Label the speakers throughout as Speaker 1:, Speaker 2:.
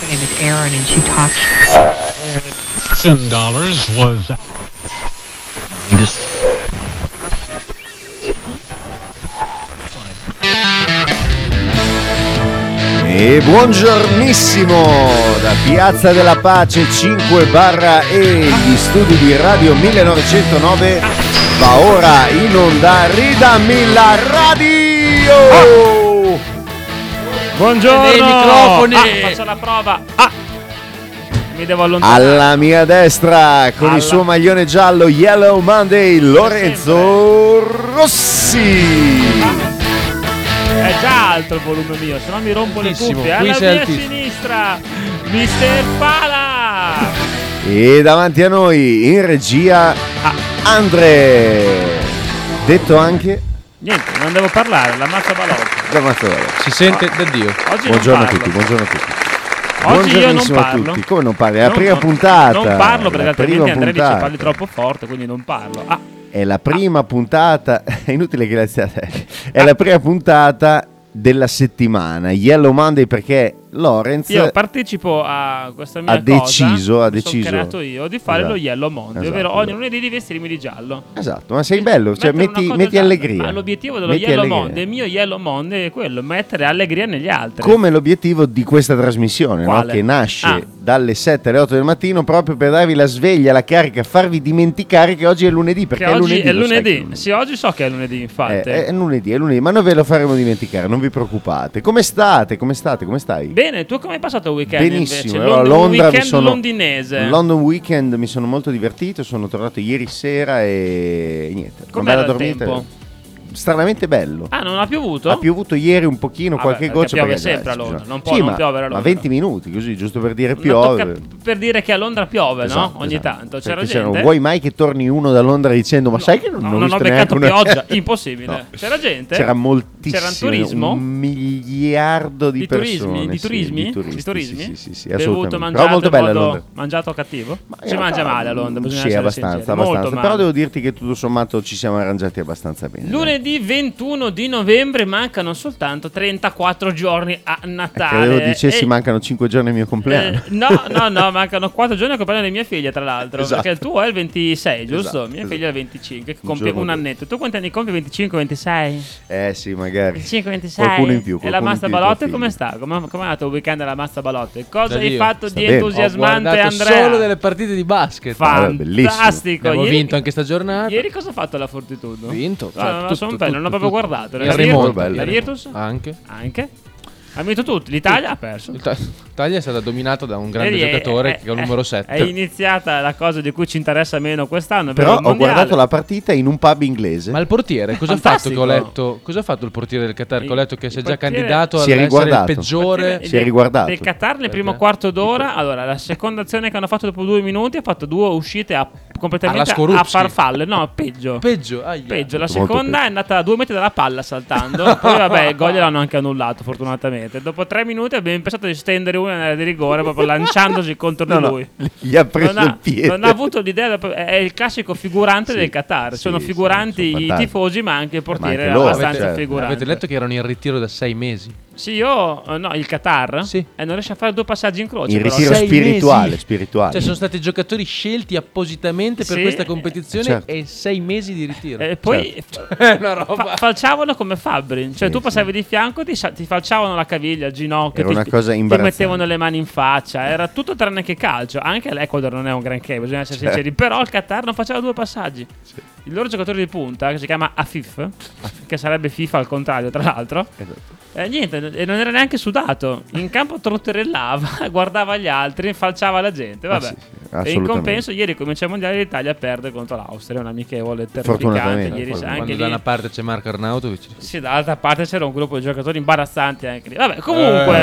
Speaker 1: Karen and she talks.
Speaker 2: Ten dollars was
Speaker 3: Just
Speaker 4: E buongiornissimo da Piazza della Pace 5 barra e gli studi di Radio 1909 va ora in onda Ridammi la radio!
Speaker 5: Buongiorno!
Speaker 6: Nei microfoni!
Speaker 5: Ah, faccio la prova. Ah! Mi devo allontanare.
Speaker 4: Alla mia destra con
Speaker 5: Alla-
Speaker 4: il suo maglione giallo Yellow Monday Lorenzo Rossi!
Speaker 5: È già alto il volume mio, se no mi rompo le
Speaker 3: Altissimo,
Speaker 5: cuffie.
Speaker 3: qui
Speaker 5: Alla
Speaker 3: sei
Speaker 5: mia
Speaker 3: altissimo.
Speaker 5: sinistra, Mister Pala!
Speaker 4: E davanti a noi in regia Andre, detto anche
Speaker 5: Niente, non devo parlare, la mazza balocca.
Speaker 4: Damazzolo.
Speaker 3: si sente da Dio.
Speaker 5: Oggi
Speaker 4: Buongiorno
Speaker 5: non
Speaker 4: a
Speaker 5: parlo.
Speaker 4: tutti, buongiorno a tutti.
Speaker 5: Oggi io non
Speaker 4: Buongiornissimo a
Speaker 5: parlo.
Speaker 4: tutti. Come non parli? È la
Speaker 5: Non-
Speaker 4: prima
Speaker 5: non-
Speaker 4: puntata.
Speaker 5: Non parlo perché
Speaker 4: La
Speaker 5: altrimenti
Speaker 4: prima
Speaker 5: Andrea dice
Speaker 4: puntata.
Speaker 5: parli troppo forte, quindi non parlo. Ah,
Speaker 4: È la prima puntata. È inutile che la stiate. È la prima puntata della settimana. Yellow Monday perché Lorenz
Speaker 5: io partecipo a questa mia
Speaker 4: ha
Speaker 5: cosa.
Speaker 4: deciso- ha
Speaker 5: mi son
Speaker 4: deciso.
Speaker 5: creato io di fare
Speaker 4: Esatto.
Speaker 5: lo Yellow Monday,
Speaker 4: Esatto.
Speaker 5: ovvero ogni lunedì di vestirmi di giallo.
Speaker 4: Esatto, ma sei bello, cioè,
Speaker 5: Mettere
Speaker 4: metti,
Speaker 5: una cosa
Speaker 4: metti
Speaker 5: gialla.
Speaker 4: allegria.
Speaker 5: Ma l'obiettivo dello
Speaker 4: Metti
Speaker 5: Yellow
Speaker 4: allegria.
Speaker 5: Monday, il mio Yellow Monday è quello, mettere allegria negli altri.
Speaker 4: Come l'obiettivo di questa trasmissione, no?
Speaker 5: Quale?
Speaker 4: che nasce
Speaker 5: Ah.
Speaker 4: dalle 7 alle 8 del mattino proprio per darvi la sveglia, la carica, farvi dimenticare che oggi è lunedì. Perché
Speaker 5: Che oggi è
Speaker 4: lo sai che è
Speaker 5: lunedì. Sì, oggi so che è lunedì,
Speaker 4: Eh,
Speaker 5: infatti.
Speaker 4: È, lunedì, è lunedì, ma noi ve lo faremo dimenticare, non vi preoccupate. Come state? Come state? Come stai?
Speaker 5: Bene, tu come hai passato il weekend invece?
Speaker 4: Benissimo,
Speaker 5: Lond-
Speaker 4: allora,
Speaker 5: un
Speaker 4: Londra mi
Speaker 5: weekend
Speaker 4: sono-
Speaker 5: londinese.
Speaker 4: London Weekend mi sono molto divertito, sono tornato ieri sera e niente. una
Speaker 5: Com'era
Speaker 4: bella
Speaker 5: il
Speaker 4: dormita.
Speaker 5: tempo?
Speaker 4: Stranamente bello.
Speaker 5: ah, non ha piovuto?
Speaker 4: Ha piovuto ieri un pochino,
Speaker 5: Vabbè,
Speaker 4: qualche
Speaker 5: perché
Speaker 4: goccia.
Speaker 5: piove
Speaker 4: perché
Speaker 5: sempre a
Speaker 4: adesso
Speaker 5: Londra,
Speaker 4: bisogna-
Speaker 5: non può
Speaker 4: Sì,
Speaker 5: non
Speaker 4: ma,
Speaker 5: piovere a
Speaker 4: ma
Speaker 5: Londra.
Speaker 4: 20 minuti così, giusto per dire
Speaker 5: Una
Speaker 4: piove.
Speaker 5: tocca- per dire che a Londra piove,
Speaker 4: Esatto,
Speaker 5: no? Ogni
Speaker 4: esatto.
Speaker 5: tanto. C'era
Speaker 4: Perché
Speaker 5: gente.
Speaker 4: c'erano, vuoi mai che torni uno da Londra dicendo ma sai che non,
Speaker 5: no,
Speaker 4: ho
Speaker 5: non ho
Speaker 4: visto
Speaker 5: beccato
Speaker 4: neanche una
Speaker 5: pioggia? Impossibile. C'era gente?
Speaker 4: c'era moltissimo
Speaker 5: C'era turismo?
Speaker 4: un miliardo di,
Speaker 5: Di
Speaker 4: persone
Speaker 5: turismi, di
Speaker 4: sì,
Speaker 5: turismi,
Speaker 4: di turisti,
Speaker 5: Di turismi?
Speaker 4: sì, sì, sì, sì,
Speaker 5: Bevuto,
Speaker 4: assolutamente.
Speaker 5: mangiato,
Speaker 4: però molto
Speaker 5: in
Speaker 4: bella
Speaker 5: modo-
Speaker 4: Londra
Speaker 5: mangiato cattivo?
Speaker 4: Ma
Speaker 5: si
Speaker 4: in realtà,
Speaker 5: mangia male a Londra, bisogna
Speaker 4: sì,
Speaker 5: essere
Speaker 4: abbastanza,
Speaker 5: sinceri,
Speaker 4: abbastanza.
Speaker 5: molto male.
Speaker 4: però devo dirti che tutto sommato ci siamo arrangiati abbastanza bene
Speaker 5: Lunedì 21 di novembre mancano soltanto 34 giorni a
Speaker 4: dai.
Speaker 5: Natale.
Speaker 4: credevo Ecco, dicessi
Speaker 5: E-
Speaker 4: mancano 5 giorni al mio compleanno
Speaker 5: eh, no, no, no, mancano 4 giorni al compleanno di mia figlia, tra l'altro.
Speaker 4: Esatto.
Speaker 5: Perché il tuo è il 26, giusto?
Speaker 4: Esatto,
Speaker 5: mia
Speaker 4: esatto.
Speaker 5: figlia è il 25, che
Speaker 4: Un
Speaker 5: compie
Speaker 4: giorno
Speaker 5: un
Speaker 4: dopo.
Speaker 5: annetto. Tu quanti anni compi? 25, 26?
Speaker 4: eh sì magari
Speaker 5: 25, 26?
Speaker 4: qualcuno in più
Speaker 5: E la
Speaker 4: qualcuno in
Speaker 5: Mazza
Speaker 4: più, tuo
Speaker 5: Balotte
Speaker 4: figlio.
Speaker 5: come sta? Come, come è andato il weekend alla Mazza Balotte? Cosa
Speaker 3: Da
Speaker 5: hai
Speaker 3: Dio.
Speaker 5: fatto
Speaker 4: Sta
Speaker 5: di
Speaker 4: bene.
Speaker 3: Ho
Speaker 5: entusiasmante,
Speaker 3: guardato
Speaker 5: Andrea?
Speaker 3: solo delle partite di basket.
Speaker 4: Ah, Vabbè, bellissimo.
Speaker 5: Fantastico.
Speaker 3: Abbiamo
Speaker 5: Ieri-
Speaker 3: vinto anche sta giornata.
Speaker 5: Ieri cosa ha fatto la Fortitudo?
Speaker 3: Ho vinto. cioè,
Speaker 5: Ah, no, sono bello, non l'ho proprio guardato.
Speaker 3: Il
Speaker 5: La
Speaker 3: remoto,
Speaker 4: Virtus?
Speaker 3: bello.
Speaker 5: La Virtus?
Speaker 3: Anche.
Speaker 5: Anche? Ha vinto tutto. L'Italia ha perso.
Speaker 3: Il Ta- Italia è stata dominata da un grande
Speaker 5: Ieri è-
Speaker 3: giocatore
Speaker 5: è-
Speaker 3: che è il
Speaker 5: è-
Speaker 3: numero 7.
Speaker 5: eh, È iniziata la cosa di cui ci interessa meno quest'anno. ovvero
Speaker 4: però
Speaker 5: il
Speaker 4: ho
Speaker 5: mondiale.
Speaker 4: guardato la partita in un pub inglese
Speaker 3: Ma il portiere, cosa ha fatto che
Speaker 5: Fantastico.
Speaker 3: ho letto? Cosa ha fatto il portiere del Qatar? Che ho letto che
Speaker 5: Il
Speaker 3: si è già
Speaker 5: portiere-
Speaker 4: Si
Speaker 3: candidato
Speaker 4: è
Speaker 3: a essere il
Speaker 4: riguardato.
Speaker 3: peggiore.
Speaker 4: Si è riguardato.
Speaker 5: Del Qatar nel primo
Speaker 3: Perché?
Speaker 5: quarto d'ora. Allora, la seconda azione che hanno fatto dopo due minuti ha fatto due uscite a, completamente
Speaker 3: Alla
Speaker 5: a,
Speaker 3: Skorupski.
Speaker 5: a farfalle. No, peggio.
Speaker 3: Peggio, aia.
Speaker 5: Peggio, la
Speaker 4: Molto
Speaker 5: seconda
Speaker 4: peggio.
Speaker 5: è andata a due metri dalla palla saltando. Poi, vabbè, il gol l'hanno anche annullato, fortunatamente. Dopo tre minuti abbiamo pensato di stendere una di rigore proprio lanciandosi contro
Speaker 4: No,
Speaker 5: di
Speaker 4: no,
Speaker 5: lui.
Speaker 4: gli ha preso
Speaker 5: non,
Speaker 4: il
Speaker 5: ha,
Speaker 4: piede
Speaker 5: non ha avuto l'idea. da- È il classico figurante
Speaker 4: Sì,
Speaker 5: del Qatar.
Speaker 4: sì,
Speaker 5: sono
Speaker 4: sì,
Speaker 5: figuranti
Speaker 4: sono
Speaker 5: i
Speaker 4: fantastici.
Speaker 5: tifosi, ma anche il portiere
Speaker 4: anche
Speaker 5: era
Speaker 4: loro,
Speaker 5: abbastanza
Speaker 4: certo.
Speaker 5: figurante.
Speaker 3: Avete letto che erano in ritiro da sei mesi?
Speaker 5: Sì, io. eh, No, il Qatar.
Speaker 3: Sì.
Speaker 5: E non riesce a fare due passaggi in croce.
Speaker 4: in
Speaker 5: però.
Speaker 4: ritiro
Speaker 3: Sei
Speaker 4: spirituale
Speaker 3: mesi.
Speaker 4: spirituale
Speaker 3: Cioè, sono stati giocatori scelti appositamente per
Speaker 5: Sì.
Speaker 3: questa competizione
Speaker 4: Certo.
Speaker 3: e sei mesi di ritiro.
Speaker 5: E eh, poi
Speaker 3: È una roba.
Speaker 5: fa- falciavano come Fabri. Cioè,
Speaker 4: Sì,
Speaker 5: tu
Speaker 4: sì.
Speaker 5: passavi di fianco, ti, sa- ti falciavano la caviglia, il ginocchio.
Speaker 4: Era
Speaker 5: ti,
Speaker 4: una cosa
Speaker 5: ti
Speaker 4: imbarazzante.
Speaker 5: mettevano le mani in faccia. Era tutto tranne che calcio. Anche l'Ecuador non è un granché, bisogna essere
Speaker 4: Certo.
Speaker 5: sinceri. Però il Qatar non faceva due passaggi. Il loro giocatore di punta, che si chiama Afif, che sarebbe FIFA al contrario, tra l'altro.
Speaker 4: Esatto.
Speaker 5: Eh, niente, n- e non era neanche sudato. In campo trotterellava, guardava gli altri, falciava la gente.
Speaker 4: Ma
Speaker 5: Vabbè.
Speaker 4: Ah, sì, sì,
Speaker 5: e in
Speaker 4: assolutamente.
Speaker 5: compenso, ieri comincia il mondiale, l'Italia perde contro l'Austria. Un amichevole terrificante.
Speaker 4: Fortunatamente,
Speaker 5: Ieri
Speaker 4: fortunatamente.
Speaker 5: anche
Speaker 3: Quando
Speaker 5: lì.
Speaker 3: da una parte c'è Marco Arnautovic.
Speaker 5: Sì, dall'altra parte c'era un gruppo di giocatori imbarazzanti anche lì. Vabbè, comunque.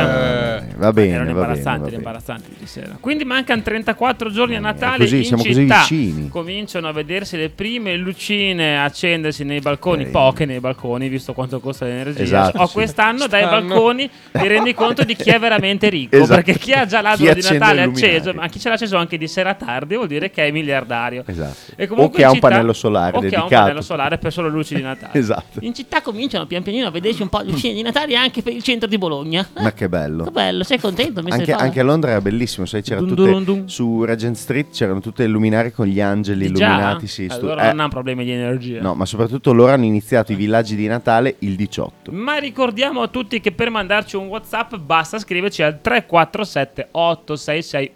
Speaker 4: Eh,
Speaker 5: erano
Speaker 4: va bene va bene,
Speaker 5: imbarazzanti,
Speaker 4: va
Speaker 5: erano
Speaker 4: bene. Eh,
Speaker 5: imbarazzanti ieri sera. Quindi mancano 34 giorni a Natale.
Speaker 4: così,
Speaker 5: in
Speaker 4: siamo così
Speaker 5: città
Speaker 4: vicini.
Speaker 5: cominciano a vedersi le prime lucine accendersi nei balconi,
Speaker 4: Eh,
Speaker 5: poche nei balconi, visto quanto costa l'energia.
Speaker 4: Esatto,
Speaker 5: o
Speaker 4: sì.
Speaker 5: quest'anno dai
Speaker 3: Stanno.
Speaker 5: balconi ti rendi conto di chi è veramente ricco.
Speaker 4: Esatto.
Speaker 5: Perché chi ha già l'albero
Speaker 4: Chi
Speaker 5: di
Speaker 4: accende
Speaker 5: Natale
Speaker 4: le luminarie.
Speaker 5: acceso, ma chi ce l'ha acceso anche di sera tardi vuol dire che è miliardario.
Speaker 4: Esatto.
Speaker 5: E
Speaker 4: O
Speaker 5: comunque
Speaker 4: che ha
Speaker 5: in
Speaker 4: un pannello solare
Speaker 5: o che ha un
Speaker 4: dedicato.
Speaker 5: pannello solare per solo luci di Natale.
Speaker 4: Esatto.
Speaker 5: In città cominciano pian pianino a vederci un po' di lucine di Natale anche per il centro di Bologna. Eh,
Speaker 4: Ma che bello.
Speaker 5: che bello, sei contento? mister
Speaker 4: Anche,
Speaker 5: Fava?
Speaker 4: anche a Londra era bellissimo, sai, c'era
Speaker 5: Dun
Speaker 4: tutte-
Speaker 5: dun dun.
Speaker 4: su Regent Street c'erano tutte le luminare con gli angeli
Speaker 5: Già?
Speaker 4: illuminati, sì, stu-
Speaker 5: allora
Speaker 4: eh,
Speaker 5: non hanno problemi di energia.
Speaker 4: no, ma soprattutto loro hanno iniziato i villaggi di Natale il 18.
Speaker 5: Ma ricordiamo a tutti che per mandarci un WhatsApp basta scriverci al 347 866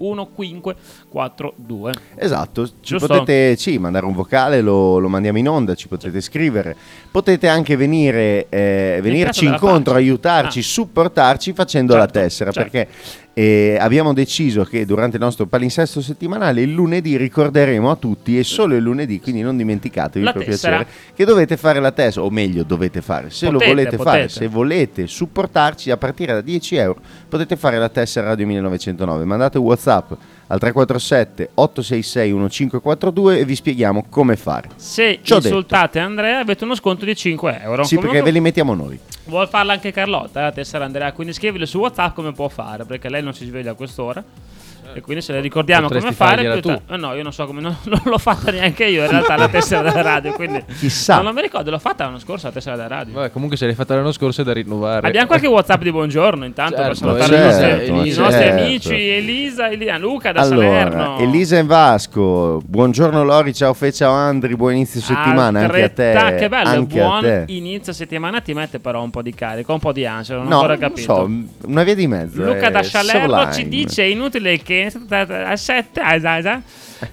Speaker 5: 1542.
Speaker 4: Esatto, ci
Speaker 5: Giusto.
Speaker 4: potete sì, mandare un vocale, lo, lo mandiamo in onda, ci potete scrivere. Potete anche venire, eh, venirci
Speaker 5: della
Speaker 4: incontro,
Speaker 5: pace.
Speaker 4: aiutarci,
Speaker 5: Ah.
Speaker 4: supportarci facendo
Speaker 5: Certo,
Speaker 4: la tessera,
Speaker 5: certo.
Speaker 4: perché eh, abbiamo deciso che durante il nostro palinsesto settimanale il lunedì ricorderemo a tutti e solo il lunedì, quindi non dimenticatevi
Speaker 5: La
Speaker 4: per
Speaker 5: tessera.
Speaker 4: piacere che dovete fare la tessera, o meglio dovete fare, se
Speaker 5: Potete,
Speaker 4: lo volete fare,
Speaker 5: potete.
Speaker 4: se volete supportarci a partire da 10 euro potete fare la tessera Radio 1909 mandate un whatsapp al 347 866 1542 e vi spieghiamo come fare
Speaker 5: Se
Speaker 4: Ci ho
Speaker 5: insultate Andrea avete uno sconto di 5 euro.
Speaker 4: sì perché ve
Speaker 5: Comunque
Speaker 4: li mettiamo noi
Speaker 5: Vuol farla anche Carlotta, eh, la tessera Andrea. Quindi scrivile su WhatsApp come può fare, perché lei non si sveglia a quest'ora. E quindi se le ricordiamo
Speaker 3: Potresti
Speaker 5: come fare.
Speaker 3: fargliela
Speaker 5: più ta-
Speaker 3: tu.
Speaker 5: eh, no, io non so come. Non, non l'ho fatta neanche io in realtà la tessera della radio. Quindi
Speaker 4: Chissà.
Speaker 5: Non mi ricordo, l'ho fatta l'anno scorso la tessera della radio.
Speaker 3: Vabbè, comunque se l'hai fatta l'anno scorso è da rinnovare.
Speaker 5: Abbiamo qualche WhatsApp di buongiorno intanto
Speaker 3: Certo,
Speaker 5: per salutare i
Speaker 3: certo,
Speaker 5: nostri- i,
Speaker 3: Elisa,
Speaker 5: nostri
Speaker 4: certo.
Speaker 5: amici Elisa, Elisa, Luca da
Speaker 4: allora
Speaker 5: Salerno.
Speaker 4: Elisa e Vasco buongiorno Lori ciao Fe ciao Andri buon inizio settimana anche a
Speaker 5: Altrettan-
Speaker 4: te
Speaker 5: ah, Che bello,
Speaker 4: anche
Speaker 5: buon
Speaker 4: a te
Speaker 5: inizio settimana. Ti mette però un po' di carico, un po' di ansia. Non ho
Speaker 4: no
Speaker 5: ancora
Speaker 4: non
Speaker 5: capito.
Speaker 4: so una via di mezzo
Speaker 5: Luca
Speaker 4: eh,
Speaker 5: da Salerno
Speaker 4: Soline.
Speaker 5: ci dice: è inutile che a 7 ah, ah, ah.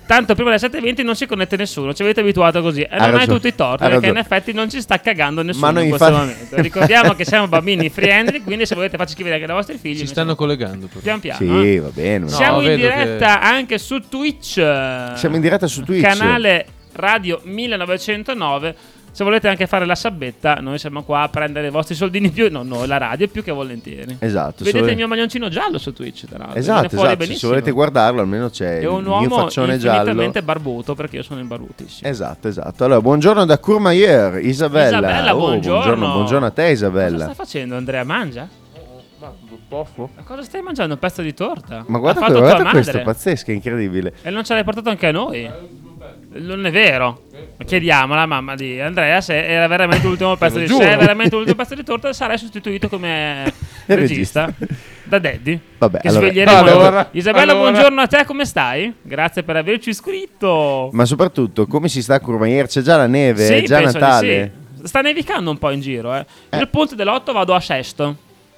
Speaker 5: tanto prima delle 7.20 non si connette nessuno. Ci avete abituato così. E
Speaker 4: Ha
Speaker 5: non hai
Speaker 4: ragione,
Speaker 5: tutti i torti,
Speaker 4: ha
Speaker 5: perché in
Speaker 4: ragione.
Speaker 5: effetti non ci sta cagando nessuno
Speaker 4: Ma noi
Speaker 5: in questo
Speaker 4: infatti-
Speaker 5: momento. Ricordiamo che siamo bambini friendly, quindi se volete farci scrivere anche i vostri figli.
Speaker 3: Ci
Speaker 5: noi
Speaker 3: stanno
Speaker 5: siamo-
Speaker 3: collegando. però.
Speaker 5: pian piano. eh.
Speaker 4: sì va bene
Speaker 3: No,
Speaker 5: Siamo in
Speaker 3: vedo
Speaker 5: diretta anche su Twitch. eh,
Speaker 4: siamo in diretta su Twitch
Speaker 5: Canale Radio 1909. Se volete anche fare la sabbetta, noi siamo qua a prendere i vostri soldini più. No, no, la radio più che volentieri.
Speaker 4: esatto se
Speaker 5: Vedete
Speaker 4: volete-
Speaker 5: il mio maglioncino giallo su Twitch, tra l'altro. viene
Speaker 4: Esatto,
Speaker 5: fuori
Speaker 4: esatto.
Speaker 5: benissimo.
Speaker 4: Se volete guardarlo, almeno c'è
Speaker 5: È un
Speaker 4: il mio
Speaker 5: uomo
Speaker 4: faccione giallo.
Speaker 5: infinitamente barbuto perché io sono imbarutissimo.
Speaker 4: Esatto, esatto. Allora, buongiorno da Courmayeur, Isabella.
Speaker 5: Isabella,
Speaker 4: Oh,
Speaker 5: buongiorno.
Speaker 4: buongiorno. buongiorno a te,
Speaker 5: Cosa
Speaker 4: Isabella.
Speaker 5: stai facendo, Andrea? Mangia? Ma cosa stai mangiando? Un pezzo di torta?
Speaker 4: Ma guarda,
Speaker 5: L'ha fatto
Speaker 4: quello- guarda
Speaker 5: tua
Speaker 4: questo, è
Speaker 5: madre.
Speaker 4: pazzesco, è incredibile.
Speaker 5: E non ce l'hai portato anche a noi? Non è vero. Chiediamo alla mamma di Andrea se era veramente l'ultimo pezzo di
Speaker 3: giuro.
Speaker 5: se è veramente l'ultimo pezzo di torta sarai sostituito come
Speaker 4: Il
Speaker 5: regista da Daddy.
Speaker 4: Vabbè,
Speaker 5: che
Speaker 4: allora-
Speaker 5: sveglieremo.
Speaker 4: allora-
Speaker 5: Isabella,
Speaker 3: allora.
Speaker 5: buongiorno a te, come stai? Grazie per averci iscritto.
Speaker 4: Ma soprattutto, come si sta a Courmayeur? C'è già la neve, è già
Speaker 5: penso di
Speaker 4: Natale.
Speaker 5: sì. Sta nevicando un po' in giro, eh.
Speaker 4: Eh.
Speaker 5: Il ponte dell'otto vado a Sesto.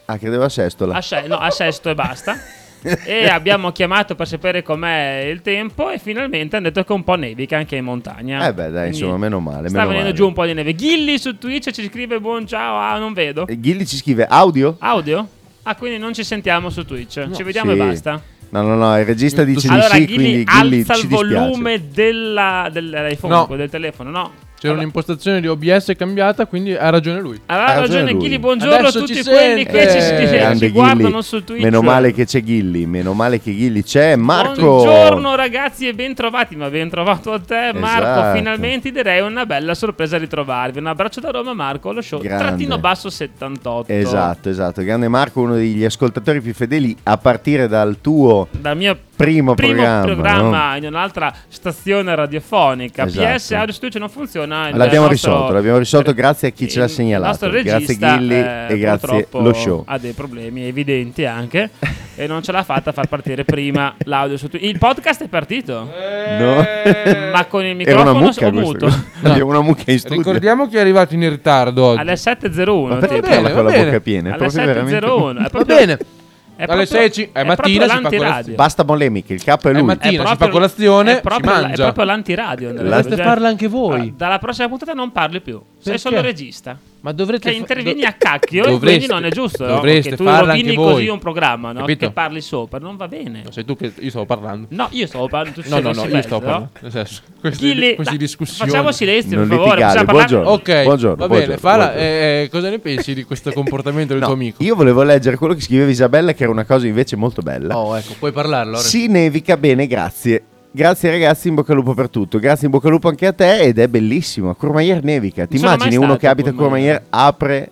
Speaker 4: Ah, credevo a Sestola.
Speaker 5: A, se- no, a Sesto e basta. e abbiamo chiamato per sapere com'è il tempo e finalmente hanno detto che un po' nevica anche in montagna.
Speaker 4: Eh beh, dai, insomma, meno male,
Speaker 5: Sta
Speaker 4: meno
Speaker 5: venendo
Speaker 4: male.
Speaker 5: giù un po' di neve. Gilly su Twitch ci scrive buon ciao, ah non vedo.
Speaker 4: E Eh, Ghilli ci scrive audio?
Speaker 5: Audio? Ah, quindi non ci sentiamo su Twitch. ci vediamo
Speaker 4: Sì.
Speaker 5: e basta.
Speaker 4: No, no, no, il regista dice
Speaker 5: Allora,
Speaker 4: di sì,
Speaker 5: Gilly,
Speaker 4: quindi Ghilli
Speaker 5: alza
Speaker 4: ci
Speaker 5: il
Speaker 4: dispiace.
Speaker 5: volume della, dell'iPhone,
Speaker 3: No.
Speaker 5: del telefono, no?
Speaker 3: C'era
Speaker 5: Allora-
Speaker 3: un'impostazione di OBS cambiata, quindi ha ragione lui.
Speaker 5: Aveva
Speaker 4: Ha ragione
Speaker 5: ragione
Speaker 4: Ah, lui.
Speaker 5: Ghili, buongiorno
Speaker 3: Adesso
Speaker 5: a tutti
Speaker 3: ci
Speaker 5: quelli
Speaker 3: sente.
Speaker 5: che ci,
Speaker 3: Eh,
Speaker 5: scrivono,
Speaker 4: grande
Speaker 5: ci
Speaker 4: Ghilli.
Speaker 5: guardano su Twitch.
Speaker 4: Meno male che c'è Ghilli, meno male che Ghilli c'è. Marco!
Speaker 5: Buongiorno ragazzi e bentrovati, ma bentrovato a te Marco,
Speaker 4: Esatto.
Speaker 5: finalmente direi una bella sorpresa ritrovarvi. Un abbraccio da Roma Marco, lo show
Speaker 4: Grande.
Speaker 5: trattino basso 78.
Speaker 4: Esatto, esatto. Grande Marco, uno degli ascoltatori più fedeli a partire dal tuo
Speaker 5: Dal mio
Speaker 4: primo,
Speaker 5: primo
Speaker 4: programma.
Speaker 5: programma, in un'altra stazione radiofonica.
Speaker 4: Esatto.
Speaker 5: PS Audio Studio non funziona. il
Speaker 4: L'abbiamo
Speaker 5: nostro- eh,
Speaker 4: risolto, l'abbiamo risolto grazie a chi ce l'ha
Speaker 5: il
Speaker 4: segnalato.
Speaker 5: nostro
Speaker 4: Grazie
Speaker 5: regista,
Speaker 4: Ghilli
Speaker 5: eh,
Speaker 4: e grazie
Speaker 5: purtroppo
Speaker 4: lo show.
Speaker 5: Ha dei problemi evidenti anche e non ce l'ha fatta a far partire prima l'audio su Twitch. Il podcast è partito.
Speaker 3: Eh,
Speaker 4: No?
Speaker 5: Ma con il
Speaker 4: Era una
Speaker 5: microfono
Speaker 4: mucca
Speaker 5: o
Speaker 4: questo.
Speaker 5: muto.
Speaker 3: No.
Speaker 4: Abbiamo una mucca in studio.
Speaker 3: Ricordiamo che è arrivato in ritardo oggi.
Speaker 5: Alle
Speaker 4: Ma
Speaker 5: 7.01.
Speaker 4: perché
Speaker 5: tipo.
Speaker 3: bene,
Speaker 4: parla con la
Speaker 3: va bene.
Speaker 4: bocca piena? È
Speaker 5: Alle
Speaker 4: proprio
Speaker 5: 7.01. È
Speaker 4: veramente-
Speaker 3: Ah, Va
Speaker 5: proprio-
Speaker 3: bene.
Speaker 5: è
Speaker 3: Alle
Speaker 5: proprio-
Speaker 3: 16, è mattina,
Speaker 5: proprio
Speaker 3: si fa
Speaker 5: l'antiradio.
Speaker 4: Basta polemiche, il capo è
Speaker 3: È
Speaker 4: lui.
Speaker 3: mattina.
Speaker 5: È
Speaker 3: si fa colazione,
Speaker 5: è proprio,
Speaker 3: si
Speaker 5: la-
Speaker 3: mangia.
Speaker 5: È proprio l'antiradio. Andrea.
Speaker 4: Dovreste
Speaker 5: Bisogna-
Speaker 3: farla anche voi.
Speaker 5: Ah, Dalla prossima puntata non parli più. Sei
Speaker 3: Perché?
Speaker 5: solo regista.
Speaker 3: Ma dovrete
Speaker 5: Che
Speaker 3: fa-
Speaker 5: intervieni
Speaker 3: do-
Speaker 5: a cacchio e quindi
Speaker 3: Dovreste-
Speaker 5: non è giusto. no?
Speaker 3: Dovreste
Speaker 5: Che tu
Speaker 3: farla
Speaker 5: rovini
Speaker 3: anche voi.
Speaker 5: così un programma, no?
Speaker 3: Capito?
Speaker 5: Che parli sopra, non va bene.
Speaker 3: Sei tu che io stavo parlando.
Speaker 5: No, io stavo parlando. tu
Speaker 3: No,
Speaker 5: sei
Speaker 3: no, no,
Speaker 5: messo
Speaker 3: io
Speaker 5: in
Speaker 3: stavo
Speaker 5: mezzo, no?
Speaker 3: parlando. Nel senso, queste,
Speaker 5: Chilli,
Speaker 3: queste
Speaker 5: dai,
Speaker 3: discussioni.
Speaker 5: Facciamo silenzio,
Speaker 4: Non
Speaker 5: per favore.
Speaker 4: litigare,
Speaker 5: possiamo parlare-
Speaker 4: buongiorno.
Speaker 3: Ok,
Speaker 4: Buongiorno,
Speaker 3: va bene.
Speaker 4: buongiorno,
Speaker 3: Fala,
Speaker 4: buongiorno.
Speaker 3: eh, cosa ne pensi di questo comportamento del
Speaker 4: No,
Speaker 3: tuo amico?
Speaker 4: Io volevo leggere quello che scriveva Isabella, che era una cosa invece molto bella.
Speaker 3: Oh, ecco, puoi parlarlo. Lorenzo.
Speaker 4: Si nevica bene, grazie. Grazie ragazzi, in bocca al lupo per tutto. Grazie in bocca al lupo anche a te ed è bellissimo. A Courmayeur nevica. Ti
Speaker 5: Non sono
Speaker 4: immagini
Speaker 5: mai
Speaker 4: uno
Speaker 5: stato
Speaker 4: che abita a
Speaker 5: a Courmayeur.
Speaker 4: Courmayeur apre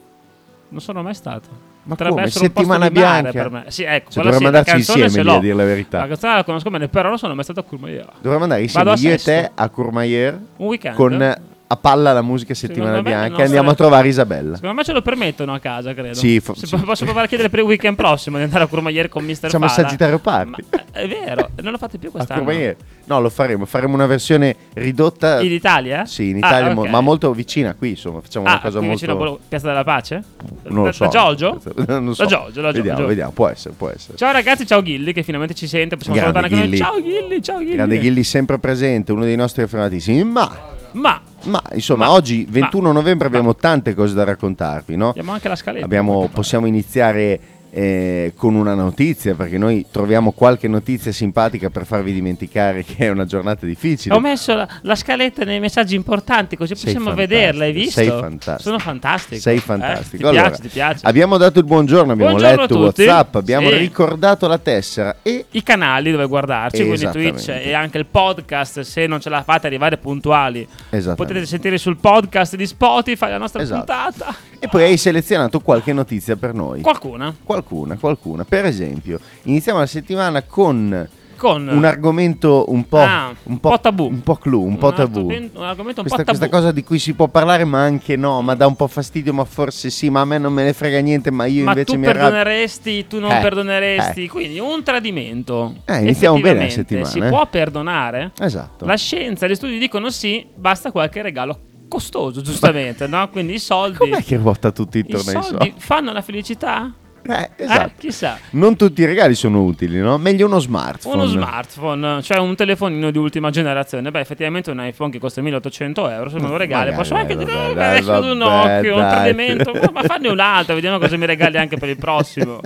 Speaker 5: Non sono mai stato.
Speaker 4: Ma
Speaker 5: potrebbe
Speaker 4: come?
Speaker 5: essere un posto
Speaker 4: Settimana
Speaker 5: di mare
Speaker 4: bianca?
Speaker 5: per me. Sì, ecco,
Speaker 4: Cioè,
Speaker 5: quella sì,
Speaker 4: dovremmo
Speaker 5: la
Speaker 4: andarci
Speaker 5: canzone
Speaker 4: insieme
Speaker 5: ce
Speaker 4: lì, a
Speaker 5: l'ho.
Speaker 4: dire la verità.
Speaker 5: La canzone la conosco bene, però non sono mai stato a Courmayeur.
Speaker 4: Dovremmo andare insieme
Speaker 5: Vado a
Speaker 4: io e
Speaker 5: Sesto.
Speaker 4: te a Courmayeur
Speaker 5: Un weekend.
Speaker 4: con eh, a palla la musica settimana
Speaker 5: Secondo me
Speaker 4: bianca
Speaker 5: non
Speaker 4: e andiamo
Speaker 5: sarebbe-
Speaker 4: a trovare Isabella.
Speaker 5: Secondo me ce lo permettono a casa, credo.
Speaker 4: Sì, fo-
Speaker 5: Se
Speaker 4: sì.
Speaker 5: po- Posso provare a chiedere per il weekend prossimo di andare a Courmayeur con Mr.
Speaker 4: Siamo a
Speaker 5: Fala.
Speaker 4: Sagittario Party.
Speaker 5: Ma- eh, È vero, non lo fate più
Speaker 4: A
Speaker 5: quest'anno.
Speaker 4: Courmayeur. No, lo faremo. Faremo una versione ridotta.
Speaker 5: In Italia?
Speaker 4: Sì, in Italia,
Speaker 5: Ah,
Speaker 4: mo-
Speaker 5: ok.
Speaker 4: ma molto vicina qui, insomma, facciamo
Speaker 5: Ah,
Speaker 4: una cosa
Speaker 5: qui
Speaker 4: molto...
Speaker 5: vicino a Bolo- Piazza della Pace?
Speaker 4: non
Speaker 5: Da-
Speaker 4: lo so.
Speaker 5: Da Giorgio?
Speaker 4: non lo so.
Speaker 5: Da Giorgio, da
Speaker 4: Vediamo,
Speaker 5: Giorgio.
Speaker 4: vediamo, può essere, può essere.
Speaker 5: Ciao ragazzi, ciao Ghilli che finalmente ci sente, possiamo
Speaker 4: Grande
Speaker 5: salutare anche noi.
Speaker 4: Ghilli.
Speaker 5: Ciao Ghilli, ciao Ghilli.
Speaker 4: Grande Ghilli sempre presente, uno dei nostri affermatissimi, ma...
Speaker 5: Ma
Speaker 4: Ma insomma,
Speaker 5: Ma-
Speaker 4: oggi
Speaker 5: ma-
Speaker 4: 21 novembre abbiamo tante cose da raccontarvi, no?
Speaker 5: abbiamo anche la scaletta.
Speaker 4: Abbiamo- possiamo iniziare eh, con una notizia, perché noi troviamo qualche notizia simpatica per farvi dimenticare che è una giornata difficile.
Speaker 5: Ho messo la, la scaletta nei messaggi importanti così
Speaker 4: Sei
Speaker 5: possiamo
Speaker 4: fantastico,
Speaker 5: vederla, hai visto?
Speaker 4: Sei fantastico.
Speaker 5: Sono fantastico.
Speaker 4: Sei
Speaker 5: eh?
Speaker 4: fantastico.
Speaker 5: ti
Speaker 4: Allora,
Speaker 5: piace, ti piace.
Speaker 4: Abbiamo dato il buongiorno, abbiamo
Speaker 5: Buongiorno a
Speaker 4: letto
Speaker 5: tutti.
Speaker 4: WhatsApp, abbiamo
Speaker 5: Sì.
Speaker 4: ricordato la tessera e
Speaker 5: I canali dove guardarci, quindi Twitch
Speaker 4: Esattamente.
Speaker 5: e anche il podcast, se non ce la fate arrivare puntuali.
Speaker 4: Esattamente.
Speaker 5: Potete sentire sul podcast di Spotify la nostra
Speaker 4: Esatto.
Speaker 5: puntata.
Speaker 4: E poi hai selezionato qualche notizia per noi.
Speaker 5: Qualcuna
Speaker 4: qualcuna, qualcuna. Per esempio, iniziamo la settimana con
Speaker 5: con
Speaker 4: un argomento un po',
Speaker 5: Ah,
Speaker 4: un po',
Speaker 5: un po' tabù.
Speaker 4: Un po' clou, un po'
Speaker 5: Un
Speaker 4: tabù.
Speaker 5: argomento- un argomento un
Speaker 4: questa,
Speaker 5: po' tabù.
Speaker 4: questa cosa di cui si può parlare, ma anche no, ma dà un po' fastidio, ma forse sì, ma a me non me ne frega niente, ma io
Speaker 5: ma
Speaker 4: invece
Speaker 5: tu
Speaker 4: mi arrabbio.
Speaker 5: perdoneresti, tu non
Speaker 4: Eh,
Speaker 5: perdoneresti, quindi un tradimento.
Speaker 4: Eh, iniziamo bene la
Speaker 5: Effettivamente,
Speaker 4: settimana, eh.
Speaker 5: Si può perdonare?
Speaker 4: Esatto.
Speaker 5: La scienza, gli studi dicono sì, basta qualche regalo costoso, giustamente, no? Quindi i soldi,
Speaker 4: Com'è che ruota tutto
Speaker 5: i
Speaker 4: intorno ai
Speaker 5: soldi
Speaker 4: soldi?
Speaker 5: fanno la felicità?
Speaker 4: Eh, esatto.
Speaker 5: Eh, chissà.
Speaker 4: Non tutti i regali sono utili, no? Meglio uno smartphone.
Speaker 5: Uno smartphone, cioè un telefonino di ultima generazione. Beh, effettivamente un iPhone che costa 1800 euro. Se me lo regali,
Speaker 4: magari,
Speaker 5: posso anche
Speaker 4: vabbè,
Speaker 5: dire:
Speaker 4: dai,
Speaker 5: "Eh, beh, adesso ad un
Speaker 4: vabbè,
Speaker 5: occhio, un
Speaker 4: dai."
Speaker 5: tradimento. Ma- Ma fanne un altro, vediamo cosa mi regali anche per il prossimo.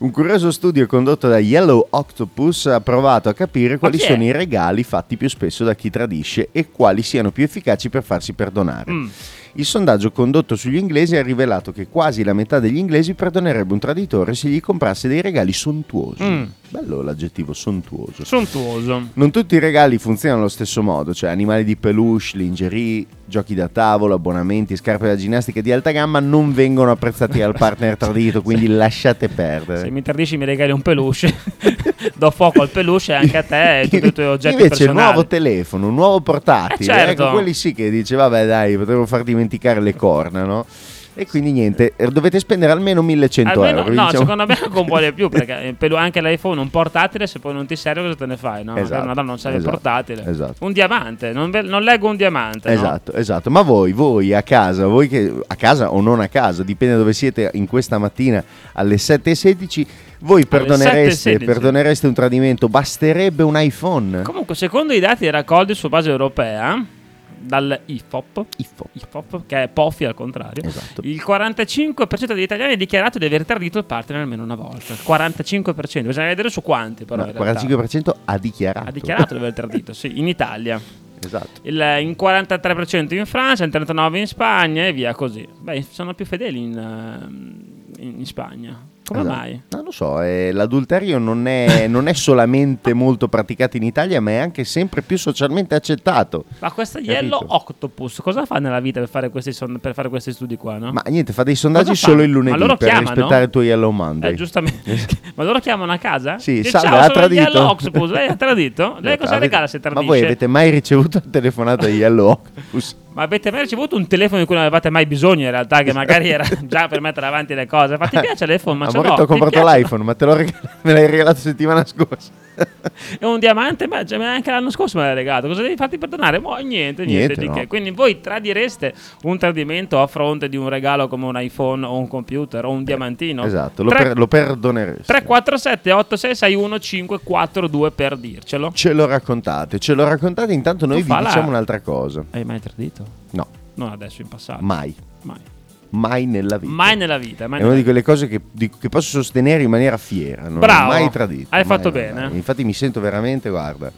Speaker 4: Un curioso studio condotto da Yellow Octopus ha provato a capire quali
Speaker 5: chi è?
Speaker 4: sono i regali fatti più spesso da chi tradisce e quali siano più efficaci per farsi perdonare.
Speaker 5: Mm.
Speaker 4: Il sondaggio condotto sugli inglesi ha rivelato che quasi la metà degli inglesi perdonerebbe un traditore se gli comprasse dei regali sontuosi.
Speaker 5: Mm.
Speaker 4: Bello l'aggettivo sontuoso.
Speaker 5: Sontuoso.
Speaker 4: Non tutti i regali funzionano allo stesso modo, cioè animali di peluche, lingerie, giochi da tavolo, abbonamenti, scarpe da ginnastica di alta gamma non vengono apprezzati dal partner tradito, quindi lasciate perdere.
Speaker 5: Se mi tradisci mi regali un peluche, do fuoco al peluche anche a te e tutti i tuoi oggetti
Speaker 4: Invece
Speaker 5: personali.
Speaker 4: nuovo telefono, nuovo portatile,
Speaker 5: Eh, certo.
Speaker 4: ecco, quelli sì che dice vabbè dai, potevo far dimenticare le corna, no? E quindi niente, eh, dovete spendere almeno 1100
Speaker 5: Almeno- no,
Speaker 4: euro. diciamo.
Speaker 5: secondo me non vuole più perché eh, per anche l'iPhone un portatile se poi non ti serve cosa te ne fai? No?
Speaker 4: Esatto,
Speaker 5: Madonna, non serve il
Speaker 4: esatto,
Speaker 5: portatile.
Speaker 4: esatto.
Speaker 5: Un diamante, non, ve- non leggo un diamante. no?
Speaker 4: Esatto, esatto. Ma voi, voi a casa, voi che a casa o non a casa, dipende dove siete in questa mattina alle 7.16, voi perdonereste,
Speaker 5: 7:16.
Speaker 4: perdonereste un tradimento, basterebbe un iPhone.
Speaker 5: Comunque, secondo i dati raccolti su base europea dal IFOP,
Speaker 4: Iffo.
Speaker 5: IFOP, che è POFI al contrario,
Speaker 4: Esatto.
Speaker 5: il 45% degli italiani ha dichiarato di aver tradito il partner almeno una volta. 45%, bisogna vedere su quanti però.
Speaker 4: No,
Speaker 5: in realtà.
Speaker 4: 45% ha dichiarato.
Speaker 5: Ha dichiarato di aver tradito, sì, in Italia.
Speaker 4: esatto.
Speaker 5: Il, in 43% in Francia, in 39% in Spagna e via così. Beh, sono più fedeli in, ehm, in- in Spagna. Come
Speaker 4: Esatto.
Speaker 5: mai?
Speaker 4: Non lo so, eh, l'adulterio non è, non è solamente molto praticato in Italia, ma è anche sempre più socialmente accettato.
Speaker 5: Ma questa
Speaker 4: Capito.
Speaker 5: Yellow Octopus cosa fa nella vita per fare questi, son- per fare questi studi qua? No?
Speaker 4: Ma niente, fa dei sondaggi
Speaker 5: Ah. Cosa fa?
Speaker 4: solo il lunedì
Speaker 5: Ma loro
Speaker 4: per
Speaker 5: chiamano?
Speaker 4: rispettare il tuo Yellow Monday.
Speaker 5: Eh, giustamente. Ma loro chiamano a casa?
Speaker 4: Sì,
Speaker 5: Dice,
Speaker 4: salve,
Speaker 5: ciao,
Speaker 4: ha
Speaker 5: sono
Speaker 4: tradito?"
Speaker 5: Yellow Octopus, lei ha tradito? Lei cosa
Speaker 4: Avete-
Speaker 5: regala se tradisce?
Speaker 4: Ah, Ma voi avete mai ricevuto la telefonata di Yellow Octopus?
Speaker 5: Ma avete mai ricevuto un telefono di cui non avevate mai bisogno in realtà, che magari era già per mettere avanti le cose? Ma ti piace l'iPhone? Ma ce
Speaker 4: Amore,
Speaker 5: l'ho.
Speaker 4: ti ho
Speaker 5: Ti
Speaker 4: comprato
Speaker 5: piace?
Speaker 4: l'iPhone, ma te l'ho regalato, me l'hai regalato settimana scorsa.
Speaker 5: È un diamante, ma cioè, ma anche l'anno scorso me l'ha regalato. Cosa devi farti perdonare? Mo, niente, niente,
Speaker 4: Niente,
Speaker 5: di
Speaker 4: no.
Speaker 5: che. Quindi voi tradireste un tradimento a fronte di un regalo come un iPhone o un computer o un diamantino?
Speaker 4: Eh, Esatto, lo,
Speaker 5: Tre-
Speaker 4: per- lo perdoneresti.
Speaker 5: 347 8661542 per dircelo.
Speaker 4: Ce lo raccontate, ce lo raccontate, intanto noi
Speaker 5: Tu
Speaker 4: vi
Speaker 5: fa la-
Speaker 4: diciamo un'altra cosa.
Speaker 5: Hai mai tradito?
Speaker 4: No,
Speaker 5: Non adesso, in passato.
Speaker 4: mai,
Speaker 5: Mai.
Speaker 4: mai nella vita.
Speaker 5: Ah. Mai nella vita. Mai
Speaker 4: È una
Speaker 5: nella
Speaker 4: di quelle cose che, di- che posso sostenere in maniera fiera. Non
Speaker 5: Bravo.
Speaker 4: ho mai tradito.
Speaker 5: Hai
Speaker 4: mai,
Speaker 5: fatto
Speaker 4: mai,
Speaker 5: bene.
Speaker 4: mai. Infatti mi sento veramente, guarda,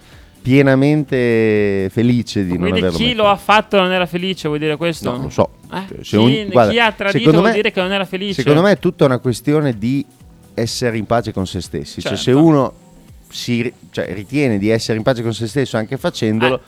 Speaker 4: pienamente felice di non
Speaker 5: Quindi
Speaker 4: averlo
Speaker 5: chi
Speaker 4: mai
Speaker 5: lo ha fatto non era felice, vuol dire questo?
Speaker 4: No, lo so.
Speaker 5: Eh?
Speaker 4: Cioè,
Speaker 5: Chi- chi ha tradito
Speaker 4: secondo
Speaker 5: vuol dire che non era felice.
Speaker 4: Secondo me è tutta una questione di essere in pace con se stessi. Cioè, se
Speaker 5: Certo.
Speaker 4: uno si ri- cioè, ritiene di essere in pace con se stesso anche facendolo,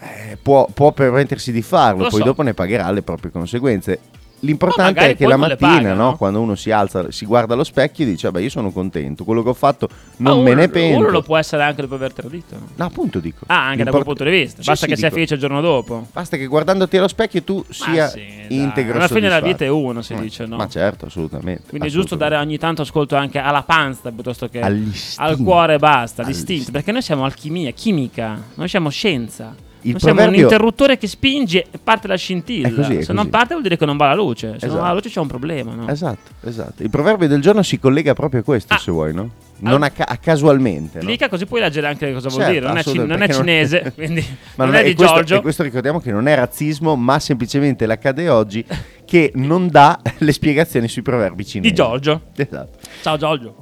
Speaker 4: eh, può, può permettersi di farlo,
Speaker 5: Lo
Speaker 4: poi
Speaker 5: so.
Speaker 4: dopo ne pagherà le proprie conseguenze.
Speaker 5: Ma
Speaker 4: l'importante
Speaker 5: magari
Speaker 4: è che
Speaker 5: poi
Speaker 4: la
Speaker 5: non le
Speaker 4: mattina,
Speaker 5: pagano.
Speaker 4: no, quando uno si alza, si guarda allo specchio e dice, beh, io sono contento, quello che ho fatto non
Speaker 5: Ma
Speaker 4: me
Speaker 5: Ah, uno-
Speaker 4: ne pento.
Speaker 5: Uno lo può essere anche dopo aver tradito.
Speaker 4: No, appunto dico.
Speaker 5: Ah, anche da quel
Speaker 4: L'import-
Speaker 5: punto di vista.
Speaker 4: Sì,
Speaker 5: Basta
Speaker 4: sì,
Speaker 5: che sia
Speaker 4: dico,
Speaker 5: felice il giorno dopo.
Speaker 4: Basta che guardandoti allo specchio tu sia
Speaker 5: Ma sì, dai.
Speaker 4: integro
Speaker 5: Alla fine della
Speaker 4: soddisfatto.
Speaker 5: vita è uno, si
Speaker 4: Ma-
Speaker 5: dice, no?
Speaker 4: Ma certo, assolutamente.
Speaker 5: Quindi è giusto dare ogni tanto ascolto anche alla panza piuttosto che
Speaker 4: All'istinto.
Speaker 5: al cuore e basta, all'istinto.
Speaker 4: All'istinto.
Speaker 5: Perché noi siamo alchimia, chimica, noi siamo scienza.
Speaker 4: Il
Speaker 5: noi siamo un
Speaker 4: proverbio-
Speaker 5: interruttore che spinge e parte la scintilla.
Speaker 4: È così, è
Speaker 5: Se non
Speaker 4: così.
Speaker 5: parte vuol dire che non va la luce. Se non va la
Speaker 4: Esatto.
Speaker 5: luce c'è un problema, no?
Speaker 4: Esatto, esatto. Il proverbio del giorno si collega proprio a questo,
Speaker 5: Ah.
Speaker 4: se vuoi, no? Non
Speaker 5: Ah.
Speaker 4: a, ca- a casualmente, no?
Speaker 5: Clicca così puoi leggere anche cosa vuol
Speaker 4: Certo,
Speaker 5: dire. Non è, cin- non è
Speaker 4: assolutamente,
Speaker 5: cinese,
Speaker 4: perché non-
Speaker 5: quindi
Speaker 4: Ma
Speaker 5: non, è,
Speaker 4: e
Speaker 5: di
Speaker 4: questo,
Speaker 5: Giorgio.
Speaker 4: E questo ricordiamo che non è razzismo, ma semplicemente l'accade oggi che non dà le spiegazioni sui proverbi cinesi.
Speaker 5: Di Giorgio.
Speaker 4: Esatto.
Speaker 5: Ciao Giorgio.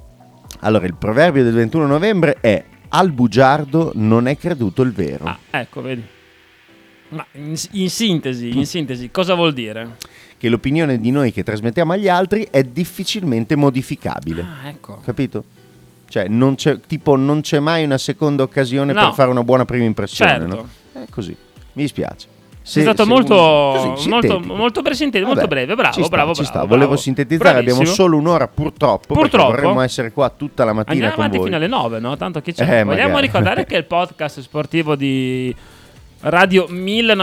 Speaker 4: Allora, il proverbio del 21 novembre è al bugiardo non è creduto il vero.
Speaker 5: Ah, ecco, vedi. Ma in, in sintesi, in sintesi, cosa vuol dire?
Speaker 4: Che l'opinione di noi che trasmettiamo agli altri è difficilmente modificabile.
Speaker 5: Ah, ecco.
Speaker 4: Capito? Cioè, non c'è, tipo, non c'è mai una seconda occasione
Speaker 5: No.
Speaker 4: per fare una buona prima impressione.
Speaker 5: Certo.
Speaker 4: no? È così. Mi dispiace.
Speaker 5: Sei stato molto, molto,
Speaker 4: sintetico.
Speaker 5: molto, per sintetico, molto
Speaker 4: Vabbè,
Speaker 5: breve, bravo,
Speaker 4: ci sta,
Speaker 5: bravo,
Speaker 4: ci
Speaker 5: bravo,
Speaker 4: sta.
Speaker 5: bravo.
Speaker 4: Volevo sintetizzare, abbiamo
Speaker 5: Bravissimo.
Speaker 4: solo un'ora purtroppo, perché
Speaker 5: Purtroppo.
Speaker 4: vorremmo essere qua tutta la mattina
Speaker 5: Andiamo
Speaker 4: con
Speaker 5: avanti
Speaker 4: voi.
Speaker 5: fino alle 9, no? Tanto che c'è.
Speaker 4: Eh,
Speaker 5: Vogliamo
Speaker 4: magari.
Speaker 5: ricordare che il podcast sportivo di Radio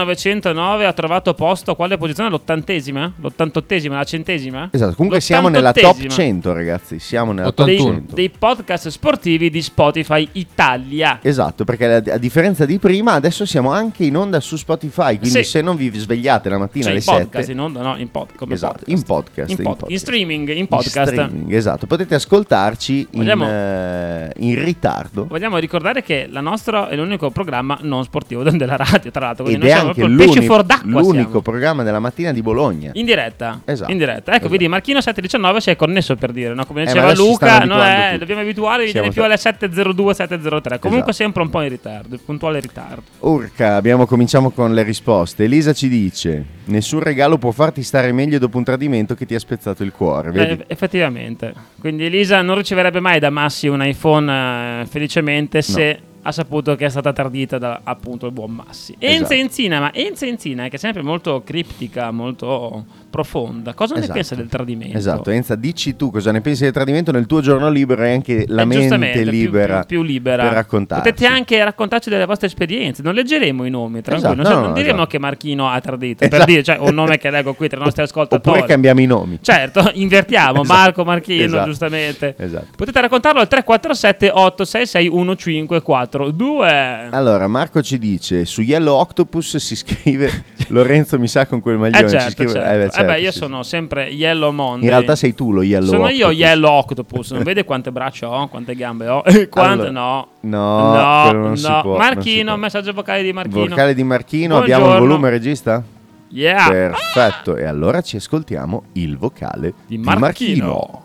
Speaker 5: 1909 ha trovato posto a quale posizione? L'ottantesima? L'ottantottesima? La centesima?
Speaker 4: Esatto, comunque siamo nella top
Speaker 5: L'ottantottesima
Speaker 4: 100 ragazzi, siamo nella top
Speaker 5: dei,
Speaker 4: 100.
Speaker 5: dei podcast sportivi di Spotify Italia.
Speaker 4: Esatto, perché a, a differenza di prima adesso siamo anche in onda su Spotify, quindi
Speaker 5: Sì.
Speaker 4: se non vi svegliate la mattina
Speaker 5: Cioè,
Speaker 4: alle
Speaker 5: in podcast,
Speaker 4: 7
Speaker 5: in onda, no? In pod- come
Speaker 4: Esatto,
Speaker 5: podcast.
Speaker 4: in podcast,
Speaker 5: In,
Speaker 4: in
Speaker 5: pod-
Speaker 4: podcast.
Speaker 5: in streaming, in podcast.
Speaker 4: streaming, esatto, potete ascoltarci in,
Speaker 5: Vogliamo-
Speaker 4: eh, in ritardo.
Speaker 5: Vogliamo ricordare che la nostra è l'unico programma non sportivo della radio, tra l'altro.
Speaker 4: Ed
Speaker 5: Quindi
Speaker 4: è
Speaker 5: noi siamo
Speaker 4: anche
Speaker 5: proprio il pesce
Speaker 4: l'unico,
Speaker 5: fuor d'acqua.
Speaker 4: l'unico
Speaker 5: siamo.
Speaker 4: programma della mattina di Bologna.
Speaker 5: In diretta.
Speaker 4: Esatto.
Speaker 5: In diretta. Ecco,
Speaker 4: Esatto.
Speaker 5: vedi, Marchino 719 si è connesso per dire, no? come
Speaker 4: Eh,
Speaker 5: diceva
Speaker 4: ma adesso si
Speaker 5: Luca, no,
Speaker 4: stanno abituando
Speaker 5: eh,
Speaker 4: tutti.
Speaker 5: dobbiamo abituare, viene
Speaker 4: Siamo
Speaker 5: più
Speaker 4: sta-
Speaker 5: alle 702, 703. Comunque
Speaker 4: Esatto.
Speaker 5: sempre un po' in ritardo, puntuale in ritardo.
Speaker 4: Urca, abbiamo, cominciamo con le risposte. Elisa ci dice: Nessun regalo può farti stare meglio dopo un tradimento che ti ha spezzato il cuore. Vedi?
Speaker 5: Eh, effettivamente. Quindi Elisa non riceverebbe mai da Massi un iPhone eh, felicemente se ha saputo che è stata tradita da appunto il buon Massi. Enza
Speaker 4: Esatto.
Speaker 5: Enzina, ma Enza Enzina che è sempre molto criptica, molto profonda. Cosa ne
Speaker 4: Esatto.
Speaker 5: pensa del tradimento?
Speaker 4: Esatto, Enza, dici tu cosa ne pensi del tradimento nel tuo giorno libero e anche la
Speaker 5: Eh, giustamente,
Speaker 4: mente
Speaker 5: più-
Speaker 4: libera,
Speaker 5: più, più libera
Speaker 4: per raccontarci.
Speaker 5: potete anche raccontarci delle vostre esperienze non leggeremo i nomi tranquillo
Speaker 4: Esatto,
Speaker 5: non, so-
Speaker 4: no,
Speaker 5: non
Speaker 4: no,
Speaker 5: diremo
Speaker 4: esatto.
Speaker 5: che Marchino ha tradito per
Speaker 4: Esatto.
Speaker 5: dire cioè un nome che leggo qui tra i nostri ascoltatori
Speaker 4: Oppure cambiamo i nomi.
Speaker 5: Certo, invertiamo
Speaker 4: Esatto.
Speaker 5: Marco Marchino,
Speaker 4: Esatto.
Speaker 5: giustamente.
Speaker 4: Esatto.
Speaker 5: Potete raccontarlo al 347 866
Speaker 4: Ah,
Speaker 5: 1542.
Speaker 4: Allora, Marco ci dice: Su Yellow Octopus si scrive Lorenzo, mi sa, con quel maglione.
Speaker 5: eh
Speaker 4: ci
Speaker 5: certo,
Speaker 4: scrive-
Speaker 5: certo.
Speaker 4: eh, beh,
Speaker 5: Eh beh,
Speaker 4: certo,
Speaker 5: io
Speaker 4: sì,
Speaker 5: sono sempre Yellow
Speaker 4: sì.
Speaker 5: Monday.
Speaker 4: In realtà sei tu lo Yellow
Speaker 5: Sono
Speaker 4: Octopus.
Speaker 5: io Yellow Octopus, non vede quante braccia ho, quante gambe ho, e quante
Speaker 4: Allora,
Speaker 5: no.
Speaker 4: no,
Speaker 5: no,
Speaker 4: quello non si
Speaker 5: no.
Speaker 4: può, non si
Speaker 5: Marchino,
Speaker 4: può.
Speaker 5: messaggio vocale di Marchino.
Speaker 4: Vocale di Marchino, abbiamo il
Speaker 5: Buongiorno. Ah.
Speaker 4: volume regista?
Speaker 5: Yeah.
Speaker 4: Perfetto, e allora ci ascoltiamo il vocale
Speaker 5: Di
Speaker 4: di
Speaker 5: Marchino.
Speaker 4: Marchino.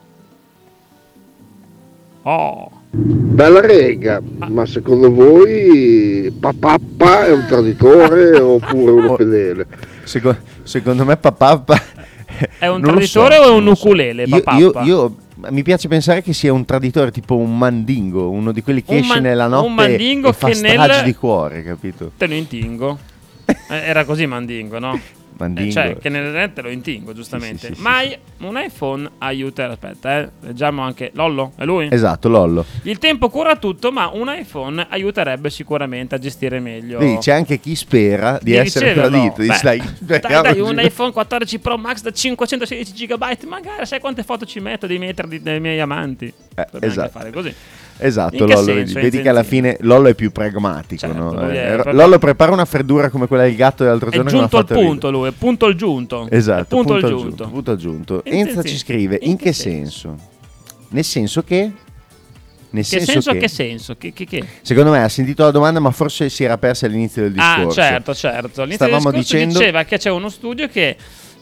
Speaker 5: Oh.
Speaker 1: Bella rega, ma secondo voi papappa è un traditore oppure uno fedele?
Speaker 4: Seco- secondo me papà
Speaker 5: È un traditore o è un ukulele,
Speaker 4: Io,
Speaker 5: papà?
Speaker 4: io- io- mi piace pensare che sia un traditore tipo un mandingo, uno di quelli che
Speaker 5: Un
Speaker 4: esce
Speaker 5: man-
Speaker 4: nella
Speaker 5: un
Speaker 4: notte
Speaker 5: mandingo
Speaker 4: e fa
Speaker 5: che
Speaker 4: stragi
Speaker 5: nel-
Speaker 4: di cuore, capito?
Speaker 5: Te lo intingo. Eh, Era così Mandingo, no?
Speaker 4: Mandingo.
Speaker 5: Eh, cioè, che nel net te lo intingo, giustamente.
Speaker 4: Sì, sì, sì,
Speaker 5: Ma i- un iPhone aiuta. Aspetta, eh. Leggiamo anche. Lollo, è lui?
Speaker 4: Esatto, Lollo.
Speaker 5: Il tempo cura tutto, ma un iPhone aiuterebbe sicuramente a gestire meglio.
Speaker 4: Vedi, c'è anche chi spera di, essere
Speaker 5: riceverlo.
Speaker 4: tradito. Dici,
Speaker 5: Beh,
Speaker 4: dai,
Speaker 5: dai,
Speaker 4: speriamo
Speaker 5: dai,
Speaker 4: di-
Speaker 5: un iPhone 14 Pro Max da 516 GB. Magari sai quante foto ci metto dei miei, tra- dei miei amanti. Potrebbe anche
Speaker 4: esatto.
Speaker 5: fare così.
Speaker 4: Esatto,
Speaker 5: In che
Speaker 4: Lollo.
Speaker 5: senso,
Speaker 4: vedi
Speaker 5: in
Speaker 4: vedi che alla fine Lollo è più pragmatico.
Speaker 5: Certo,
Speaker 4: no?
Speaker 5: lui è
Speaker 4: Eh,
Speaker 5: proprio-
Speaker 4: Lollo prepara una freddura come quella del gatto dell'altro
Speaker 5: È
Speaker 4: giorno. che mi ha
Speaker 5: giunto al
Speaker 4: fatto ridere.
Speaker 5: punto lui, è punto al giunto. È
Speaker 4: Esatto,
Speaker 5: punto al
Speaker 4: al
Speaker 5: giunto.
Speaker 4: punto al giunto.
Speaker 5: In
Speaker 4: Enza
Speaker 5: senso-
Speaker 4: ci scrive: in, che senso? Nel senso che?
Speaker 5: Che
Speaker 4: Nel senso,
Speaker 5: senso,
Speaker 4: che,
Speaker 5: che senso? Che, che, che?
Speaker 4: Secondo me ha sentito la domanda, ma forse si era persa all'inizio del discorso.
Speaker 5: Ah, certo, certo. All'inizio
Speaker 4: Stavamo
Speaker 5: del discorso
Speaker 4: dicendo-
Speaker 5: diceva che c'è uno studio che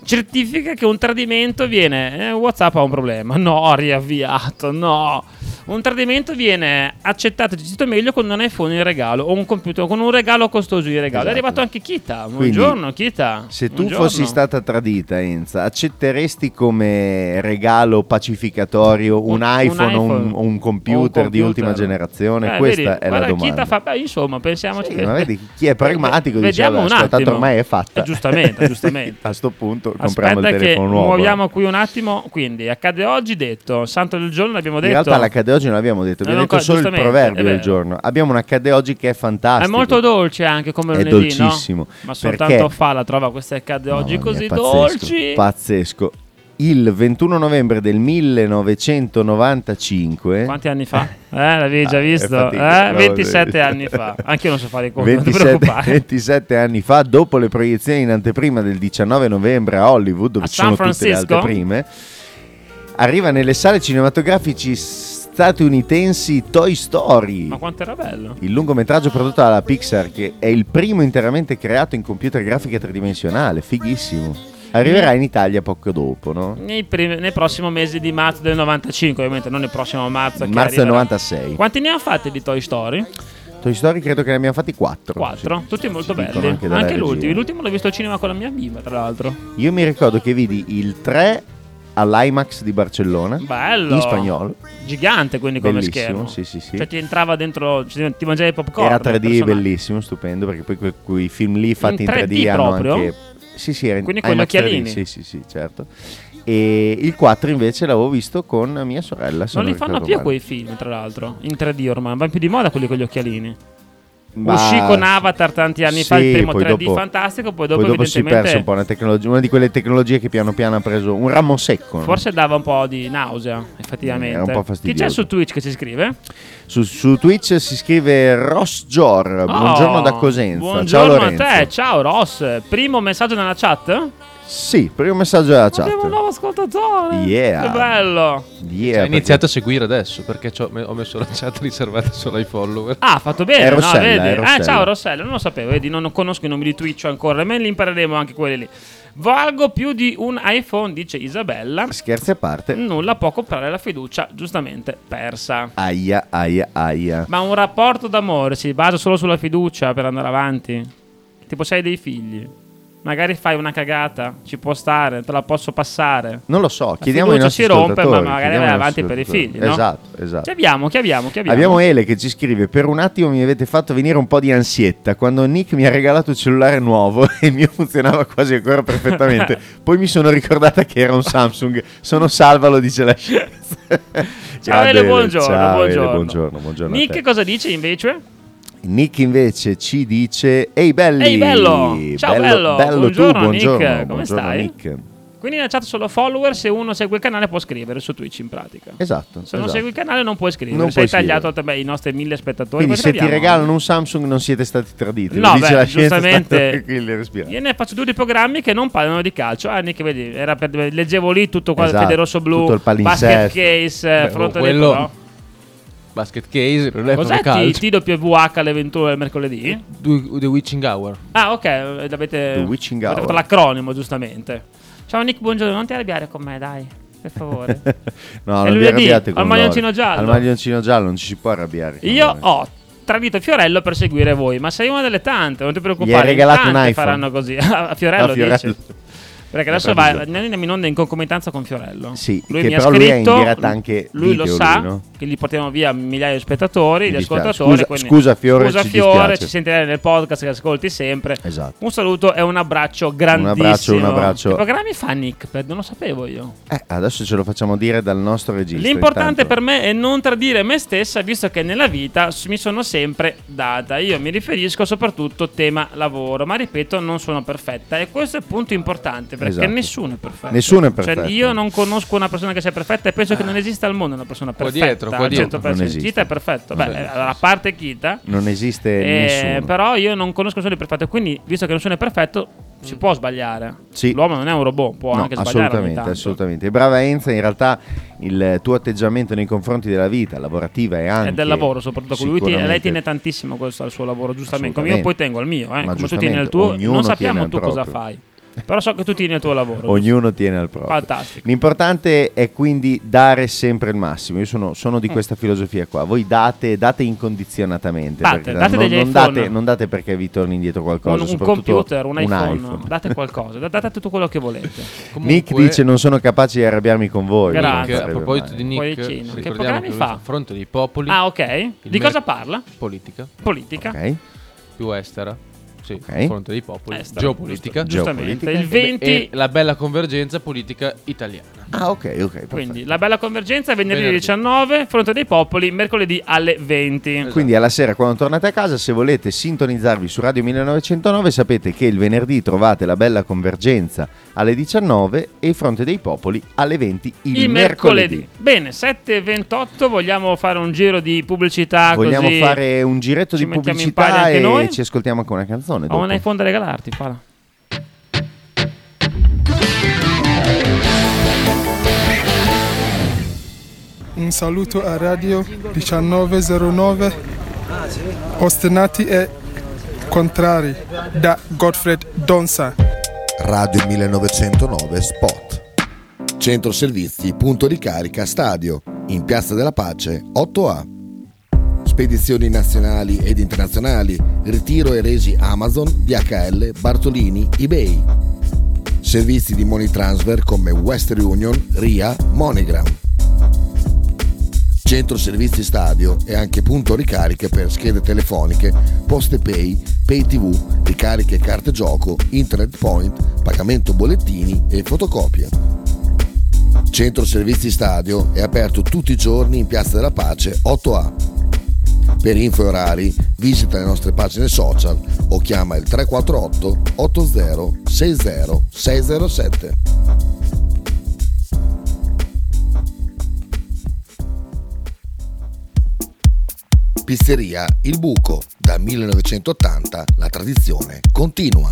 Speaker 5: certifica che un tradimento viene eh, WhatsApp ha un problema. No, riavviato, no. Un tradimento viene accettato e gestito meglio con un iPhone in regalo o un computer, con un regalo costoso in regalo.
Speaker 4: Esatto.
Speaker 5: È arrivato anche Kita.
Speaker 4: Quindi,
Speaker 5: Buongiorno, Kita.
Speaker 4: Se tu
Speaker 5: Buongiorno.
Speaker 4: fossi stata tradita, Enza, accetteresti come regalo pacificatorio un,
Speaker 5: Un- un
Speaker 4: iPhone, o un-
Speaker 5: iPhone.
Speaker 4: o un computer
Speaker 5: O un
Speaker 4: di
Speaker 5: computer.
Speaker 4: ultima generazione?
Speaker 5: Eh,
Speaker 4: Questa
Speaker 5: vedi,
Speaker 4: è la
Speaker 5: guarda,
Speaker 4: domanda.
Speaker 5: Kita fa, beh, insomma, pensiamoci
Speaker 4: Sì,
Speaker 5: che...
Speaker 4: ma vedi, chi è pragmatico
Speaker 5: Ve-
Speaker 4: dice,
Speaker 5: vediamo
Speaker 4: "Vabbè,
Speaker 5: un
Speaker 4: aspetta,
Speaker 5: attimo."
Speaker 4: ormai è fatta.
Speaker 5: Eh, giustamente, giustamente.
Speaker 4: A sto punto compriamo
Speaker 5: Aspetta
Speaker 4: il
Speaker 5: che
Speaker 4: telefono nuovo. eh.
Speaker 5: muoviamo qui un attimo. Quindi, accade oggi detto, santo del giorno l'abbiamo
Speaker 4: In
Speaker 5: detto.
Speaker 4: realtà l'accade oggi non l'abbiamo detto, abbiamo
Speaker 5: Eh,
Speaker 4: detto
Speaker 5: no,
Speaker 4: solo il
Speaker 5: giustamente,
Speaker 4: proverbio
Speaker 5: è
Speaker 4: del
Speaker 5: vero.
Speaker 4: giorno. Abbiamo un accade oggi che è
Speaker 5: È
Speaker 4: fantastico.
Speaker 5: molto dolce anche come
Speaker 4: È
Speaker 5: lunedì,
Speaker 4: dolcissimo,
Speaker 5: no? Ma
Speaker 4: perché-
Speaker 5: soltanto Fala trova queste accade oggi
Speaker 4: Mamma
Speaker 5: così
Speaker 4: mia, pazzesco,
Speaker 5: dolci.
Speaker 4: Pazzesco. Il 21 novembre del 1995
Speaker 5: Quanti anni fa? Eh, l'avevi già
Speaker 4: Ah, è
Speaker 5: visto?
Speaker 4: fatica,
Speaker 5: Eh,
Speaker 4: no,
Speaker 5: 27
Speaker 4: no.
Speaker 5: anni fa. Anche io non so fare i conti, non ti
Speaker 4: 27,
Speaker 5: preoccupare.
Speaker 4: 27 anni fa, dopo le proiezioni in anteprima del 19 novembre a Hollywood, dove
Speaker 5: A
Speaker 4: ci sono
Speaker 5: San
Speaker 4: tutte le
Speaker 5: Francisco?
Speaker 4: anteprime, arriva nelle sale cinematografici statunitensi Toy Story.
Speaker 5: Ma quanto era bello.
Speaker 4: Il lungometraggio prodotto dalla Pixar, che è il primo interamente creato in computer grafica tridimensionale, fighissimo. Arriverà in Italia poco dopo, no?
Speaker 5: Nei, primi- nei prossimi mesi di marzo del 95, ovviamente, non nel prossimo marzo. che
Speaker 4: Marzo del
Speaker 5: arriverà.
Speaker 4: 96.
Speaker 5: Quanti ne ha fatti di Toy Story?
Speaker 4: Toy Story credo che ne abbiamo fatti 4.
Speaker 5: 4. Tutti molto belli.
Speaker 4: dicono anche
Speaker 5: Anche,
Speaker 4: dalla regia. Eh?
Speaker 5: l'ultimo. L'ultimo l'ho visto al cinema con la mia bimba, tra l'altro.
Speaker 4: Io mi ricordo che vidi il 3 all'IMAX di Barcellona.
Speaker 5: Bello.
Speaker 4: In spagnolo.
Speaker 5: Gigante quindi come
Speaker 4: Bellissimo,
Speaker 5: schermo.
Speaker 4: sì, sì, sì.
Speaker 5: Cioè ti entrava dentro, ci- ti mangiavi i popcorn.
Speaker 4: Era
Speaker 5: per
Speaker 4: 3D,
Speaker 5: personaggio.
Speaker 4: bellissimo, stupendo, perché poi que- quei film lì fatti in 3D,
Speaker 5: 3D
Speaker 4: hanno
Speaker 5: proprio?
Speaker 4: anche... Sì, sì, era in
Speaker 5: Quindi con gli
Speaker 4: IMAX 3D,
Speaker 5: occhialini?
Speaker 4: Sì, sì, sì, certo. E il 4 invece l'avevo visto con mia sorella. se
Speaker 5: Non li
Speaker 4: ricordo
Speaker 5: fanno più
Speaker 4: male.
Speaker 5: quei film, tra l'altro, in 3D ormai, vanno più di moda quelli con gli occhialini.
Speaker 4: Mm. Ma-
Speaker 5: Uscì con Avatar tanti anni fa, il
Speaker 4: Sì,
Speaker 5: primo
Speaker 4: poi
Speaker 5: 3D
Speaker 4: dopo-
Speaker 5: fantastico, poi dopo,
Speaker 4: si è
Speaker 5: evidentemente
Speaker 4: perso un po' una tecnologia, una di quelle tecnologie che piano piano ha preso un ramo secco. no?
Speaker 5: forse dava un po' di nausea, effettivamente.
Speaker 4: Mm, Era un po'
Speaker 5: Chi
Speaker 4: fastidioso.
Speaker 5: c'è su Twitch che ci scrive?
Speaker 4: Su, su Twitch si scrive Ross Gior. Eh, Buongiorno
Speaker 5: Oh,
Speaker 4: da Cosenza. Ciao
Speaker 5: Buongiorno
Speaker 4: Lorenzo.
Speaker 5: a te, ciao Ross. Primo messaggio nella chat?
Speaker 4: Sì, primo messaggio della chat.
Speaker 5: Abbiamo un nuovo ascoltatore.
Speaker 4: Yeah.
Speaker 5: Che bello.
Speaker 4: Yeah,
Speaker 3: Ho
Speaker 4: perché-
Speaker 3: Cioè, iniziato a seguire adesso perché c'ho- me- ho messo la chat riservata solo ai follower.
Speaker 5: Ah, ha fatto bene,
Speaker 4: È
Speaker 5: no,
Speaker 4: Rossella,
Speaker 5: vedi?
Speaker 4: è Rossella.
Speaker 5: Ah, ciao Rossella, non lo sapevo, vedi, non conosco i nomi di Twitch ancora, ma li impareremo anche quelli lì. Valgo più di un iPhone, dice Isabella.
Speaker 4: Scherzi a parte.
Speaker 5: Nulla può comprare la fiducia, giustamente persa.
Speaker 4: Aia, aia, aia.
Speaker 5: Ma un rapporto d'amore si basa solo sulla fiducia per andare avanti? Tipo, sei dei figli. Magari fai una cagata, ci può stare, te la posso passare.
Speaker 4: Non lo so,
Speaker 5: La
Speaker 4: chiediamo ai
Speaker 5: fiducia
Speaker 4: nostri
Speaker 5: si rompe,
Speaker 4: ascoltatori,
Speaker 5: ma magari
Speaker 4: chiediamo
Speaker 5: vai
Speaker 4: ai nostri
Speaker 5: avanti per i
Speaker 4: ascoltatori.
Speaker 5: figli, no?
Speaker 4: Esatto, esatto.
Speaker 5: Chi abbiamo? Chi abbiamo? Chi abbiamo?
Speaker 4: Abbiamo Ele che ci scrive: Per un attimo mi avete fatto venire un po' di ansietta quando Nick mi ha regalato il cellulare nuovo e il mio funzionava quasi ancora perfettamente. Poi mi sono ricordata che era un Samsung. Sono salvalo, dice la scienza.
Speaker 5: Ciao, Ele,
Speaker 4: Ele,
Speaker 5: Ah, buongiorno,
Speaker 4: ciao, Ele,
Speaker 5: buongiorno.
Speaker 4: buongiorno, buongiorno a te.
Speaker 5: Nick cosa dice invece?
Speaker 4: Nick invece ci dice: Ehi belli!
Speaker 5: Ehi, bello! Ciao, bello!
Speaker 4: tu,
Speaker 5: Buongiorno,
Speaker 4: buongiorno.
Speaker 5: Nick, come
Speaker 4: buongiorno,
Speaker 5: stai?
Speaker 4: Nick.
Speaker 5: Quindi nella chat solo follower, se uno segue il canale può scrivere su Twitch in pratica.
Speaker 4: Esatto.
Speaker 5: Se non
Speaker 4: esatto.
Speaker 5: segui il canale non puoi scrivere,
Speaker 4: Non
Speaker 5: sei
Speaker 4: puoi
Speaker 5: tagliato vabbè, i nostri mille spettatori.
Speaker 4: Quindi
Speaker 5: Cosa
Speaker 4: se ti
Speaker 5: abbiamo?
Speaker 4: regalano un Samsung non siete stati traditi.
Speaker 5: No,
Speaker 4: lo dice
Speaker 5: beh,
Speaker 4: la scienza, state
Speaker 5: giustamente.
Speaker 4: tranquilli e respirate.
Speaker 5: Io ne faccio due di programmi che non parlano di calcio. Ah, Nick, vedi, era per- leggevo lì tutto qua,
Speaker 4: Esatto,
Speaker 5: fede rosso blu,
Speaker 4: tutto il palinsesto.
Speaker 5: basket case,
Speaker 3: Beh,
Speaker 5: eh, fronte del
Speaker 3: quello-
Speaker 5: pro.
Speaker 3: Basket case, non è
Speaker 5: Cos'è
Speaker 3: proprio
Speaker 5: T-
Speaker 3: calcio.
Speaker 5: TWH alle 21 del mercoledì?
Speaker 3: Du- The Witching Hour.
Speaker 5: Ah, ok, eh, l'avete
Speaker 4: The Witching
Speaker 5: avete
Speaker 4: Hour.
Speaker 5: fatto l'acronimo, giustamente. Ciao Nick, buongiorno, non ti arrabbiare con me, dai, per favore. È
Speaker 4: No, non vi
Speaker 5: lunedì,
Speaker 4: arrabbiate con
Speaker 5: al
Speaker 4: loro.
Speaker 5: maglioncino giallo.
Speaker 4: Al maglioncino giallo non ci si può arrabbiare. con
Speaker 5: Io
Speaker 4: loro.
Speaker 5: ho tradito Fiorello per seguire voi, ma sei una delle tante, non ti preoccupare.
Speaker 4: Gli hai regalato
Speaker 5: in
Speaker 4: un
Speaker 5: tante
Speaker 4: iPhone.
Speaker 5: faranno così. a Fiorello,
Speaker 4: A Fiorello.
Speaker 5: dici. Perché adesso va,
Speaker 4: Meraviglioso.
Speaker 5: andiamo in onda in concomitanza con Fiorello.
Speaker 4: Sì,
Speaker 5: lui
Speaker 4: che
Speaker 5: mi
Speaker 4: però
Speaker 5: ha
Speaker 4: lui è in
Speaker 5: scritto,
Speaker 4: diretta anche
Speaker 5: lui lo
Speaker 4: video,
Speaker 5: sa,
Speaker 4: lui, no?
Speaker 5: che gli portiamo via migliaia di spettatori,
Speaker 4: Mi
Speaker 5: di
Speaker 4: dispiace.
Speaker 5: ascoltatori.
Speaker 4: Scusa-
Speaker 5: quindi-
Speaker 4: scusa Fiore,
Speaker 5: scusa
Speaker 4: ci
Speaker 5: Fiore,
Speaker 4: dispiace.
Speaker 5: ci sentirai nel podcast che ascolti sempre.
Speaker 4: Esatto.
Speaker 5: Un saluto e un abbraccio grandissimo.
Speaker 4: abbraccio, un abbraccio.
Speaker 5: Che programmi fa Nick? Per- Non lo sapevo io.
Speaker 4: Eh, adesso ce lo facciamo dire dal nostro regista.
Speaker 5: L'importante
Speaker 4: intanto.
Speaker 5: per me è non tradire me stessa, visto che nella vita s- mi sono sempre data. Io mi riferisco soprattutto tema lavoro, ma ripeto, non sono perfetta. E questo è il punto importante, perché
Speaker 4: Esatto.
Speaker 5: nessuno è perfetto.
Speaker 4: Nessuno
Speaker 5: Cioè,
Speaker 4: è perfetto.
Speaker 5: io non conosco una persona che sia perfetta e penso che non esista al mondo una persona
Speaker 3: Qua
Speaker 5: perfetta.
Speaker 3: dietro, qua
Speaker 5: al
Speaker 3: dietro.
Speaker 5: 100%.
Speaker 4: Non esiste.
Speaker 5: Kita è perfetto. Beh,
Speaker 4: Non esiste.
Speaker 5: allora, a parte Kita,
Speaker 4: Non esiste
Speaker 5: eh,
Speaker 4: nessuno.
Speaker 5: però io non conosco nessuno è perfetto. Quindi, visto che nessuno è perfetto, si può sbagliare.
Speaker 4: Sì.
Speaker 5: L'uomo non è un robot, può
Speaker 4: No,
Speaker 5: anche sbagliare.
Speaker 4: assolutamente, assolutamente. E brava Enza, in realtà il tuo atteggiamento nei confronti della vita lavorativa e anche
Speaker 5: e del lavoro soprattutto con lui ti- lei
Speaker 4: sicuramente-
Speaker 5: tiene tantissimo questo al suo lavoro giustamente come io
Speaker 4: Assolutamente.
Speaker 5: poi tengo al mio eh,
Speaker 4: Ma
Speaker 5: come tu tieni al
Speaker 4: giustamente,
Speaker 5: tuo
Speaker 4: ognuno
Speaker 5: non
Speaker 4: tiene
Speaker 5: sappiamo
Speaker 4: al
Speaker 5: tu cosa
Speaker 4: proprio.
Speaker 5: fai Però so che tu tieni il tuo lavoro.
Speaker 4: Ognuno tiene al proprio.
Speaker 5: Fantastico.
Speaker 4: L'importante è quindi dare sempre il massimo. Io sono, sono
Speaker 5: Eh.
Speaker 4: di questa filosofia qua. Voi date, date incondizionatamente.
Speaker 5: Date,
Speaker 4: perché
Speaker 5: date
Speaker 4: non,
Speaker 5: degli
Speaker 4: non
Speaker 5: iPhone.
Speaker 4: date, non date perché vi torni indietro
Speaker 5: Un,
Speaker 4: qualcosa.
Speaker 5: un
Speaker 4: soprattutto
Speaker 5: computer, un iPhone,
Speaker 4: iPhone.
Speaker 5: date qualcosa, da- date tutto quello che volete.
Speaker 4: Nick dice: Non sono capace di arrabbiarmi con voi.
Speaker 5: Grazie.
Speaker 4: Non
Speaker 5: Nick,
Speaker 3: a
Speaker 4: sarebbe
Speaker 3: proposito
Speaker 4: male.
Speaker 3: di Nick,
Speaker 5: Policino. Che
Speaker 3: ricordiamo
Speaker 5: programmi
Speaker 3: che lui
Speaker 5: fa?
Speaker 3: fa fronte dei popoli,
Speaker 5: Ah, ok. Di
Speaker 3: mer-
Speaker 5: cosa parla?
Speaker 3: politica
Speaker 5: Politica.
Speaker 4: Ok.
Speaker 3: più estera, sì,
Speaker 4: Ok.
Speaker 3: fronte dei popoli,
Speaker 5: Estera,
Speaker 3: geopolitica
Speaker 4: giusto,
Speaker 5: Giustamente.
Speaker 4: Geopolitica.
Speaker 5: Il 20
Speaker 3: e la bella convergenza politica italiana.
Speaker 4: Ah, ok, ok. perfetto.
Speaker 5: Quindi la bella convergenza è venerdì
Speaker 3: Venerdì.
Speaker 5: 19, Fronte dei Popoli, mercoledì alle 20.
Speaker 4: Quindi alla sera quando tornate a casa, se volete sintonizzarvi su Radio 1909, sapete che il venerdì trovate la bella convergenza alle 19 e il fronte dei popoli alle 20 il,
Speaker 5: Il
Speaker 4: mercoledì.
Speaker 5: mercoledì. Bene, 7.28 vogliamo fare un giro di pubblicità
Speaker 4: Vogliamo
Speaker 5: Ah, così
Speaker 4: fare un giretto
Speaker 5: ci
Speaker 4: di
Speaker 5: mettiamo in pari
Speaker 4: pubblicità
Speaker 5: anche
Speaker 4: e
Speaker 5: noi?
Speaker 4: ci ascoltiamo anche una canzone.
Speaker 5: Ho
Speaker 4: dopo.
Speaker 5: un iPhone da regalarti, fala.
Speaker 6: Un saluto a Radio 1909, ostinati e contrari, da Gottfried Donza.
Speaker 7: Radio 1909 Spot. Centro servizi, punto ricarica, stadio, in Piazza della Pace, 8A. Spedizioni nazionali ed internazionali, ritiro e resi Amazon, DHL, Bartolini, eBay. Servizi di money transfer come Western Union, RIA, MoneyGram. Centro Servizi Stadio e anche punto ricariche per schede telefoniche, poste pay, pay tv, ricariche carte gioco, internet point, pagamento bollettini e fotocopie. Centro Servizi Stadio è aperto tutti i giorni in Piazza della Pace 8A. Per info e orari visita le nostre pagine social o chiama il 348 80 60 607. Pizzeria Il Buco, da 1980 la tradizione continua.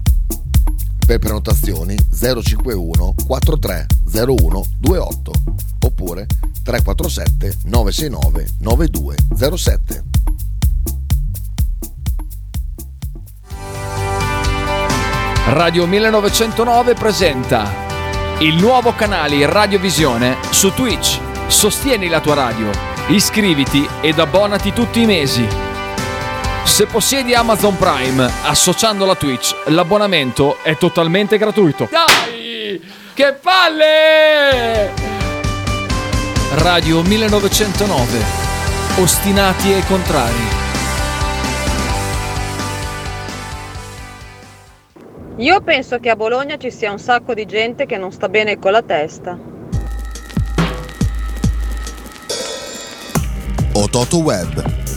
Speaker 7: Per prenotazioni 051 4301 28 oppure 347 969 9207.
Speaker 8: Radio 1909 presenta il nuovo canale Radiovisione su Twitch. Sostieni la tua radio, iscriviti ed abbonati tutti i mesi. Se possiedi Amazon Prime, associando la Twitch, l'abbonamento è totalmente gratuito. Dai! Che palle! Radio 1909. Ostinati e contrari.
Speaker 9: Io penso che a Bologna ci sia un sacco di gente che non sta bene con la testa.
Speaker 7: Ototo Web,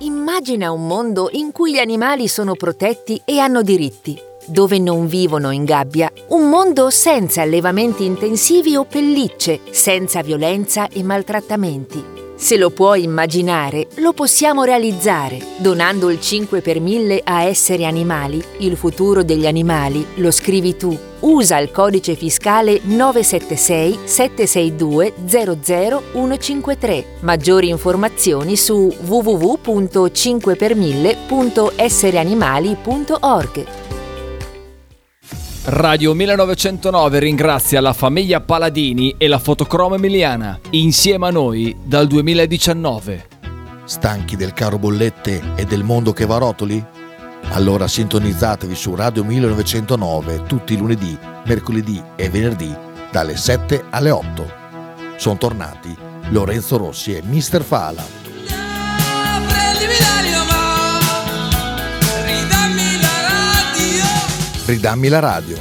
Speaker 10: Immagina un mondo in cui gli animali sono protetti e hanno diritti, dove non vivono in gabbia, un mondo senza allevamenti intensivi o pellicce, senza violenza e maltrattamenti. Se lo puoi immaginare, lo possiamo realizzare, donando il 5 per 1000 a Essere Animali, il futuro degli animali, lo scrivi tu. Usa il codice fiscale 976 762 00153. Maggiori informazioni su www.5per1000.essereanimali.org.
Speaker 8: Radio 1909 ringrazia la famiglia Paladini e la fotocromo Emiliana, insieme a noi dal 2019.
Speaker 7: Stanchi del caro bollette e del mondo che va a rotoli? Allora sintonizzatevi su Radio 1909 tutti i lunedì, mercoledì e venerdì dalle 7 alle 8. Sono tornati Lorenzo Rossi e Mr. Fala. Ridammi la radio,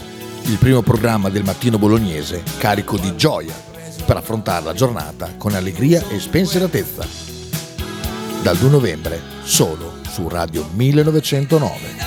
Speaker 7: il primo programma del mattino bolognese carico di gioia per affrontare la giornata con allegria e spensieratezza. Dal 2 novembre solo su Radio 1909.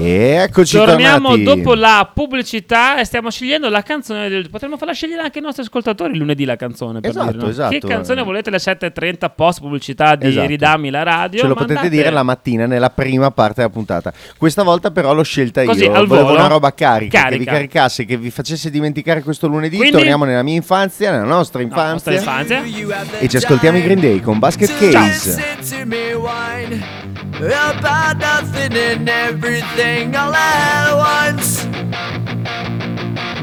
Speaker 4: E eccoci
Speaker 5: Torniamo
Speaker 4: tornati.
Speaker 5: dopo la pubblicità e stiamo scegliendo la canzone del... Potremmo farla scegliere anche i nostri ascoltatori lunedì la canzone. Per
Speaker 4: Esatto,
Speaker 5: dire, no?
Speaker 4: esatto.
Speaker 5: Che canzone volete alle 7.30 post pubblicità di
Speaker 4: Esatto.
Speaker 5: Ridammi la radio?
Speaker 4: Ce lo
Speaker 5: Mandate-
Speaker 4: potete dire la mattina nella prima parte della puntata. Questa volta però l'ho scelta
Speaker 5: Così,
Speaker 4: io.
Speaker 5: al
Speaker 4: Volevo
Speaker 5: volo?
Speaker 4: una roba carica, che vi
Speaker 5: Carica.
Speaker 4: caricasse, che vi facesse dimenticare questo lunedì.
Speaker 5: Quindi-
Speaker 4: Torniamo nella mia infanzia, nella nostra
Speaker 5: No, nostra
Speaker 4: infanzia.
Speaker 5: infanzia.
Speaker 4: e ci ascoltiamo i Green Day con Basket Case.
Speaker 11: to me whine about nothing and everything all at once.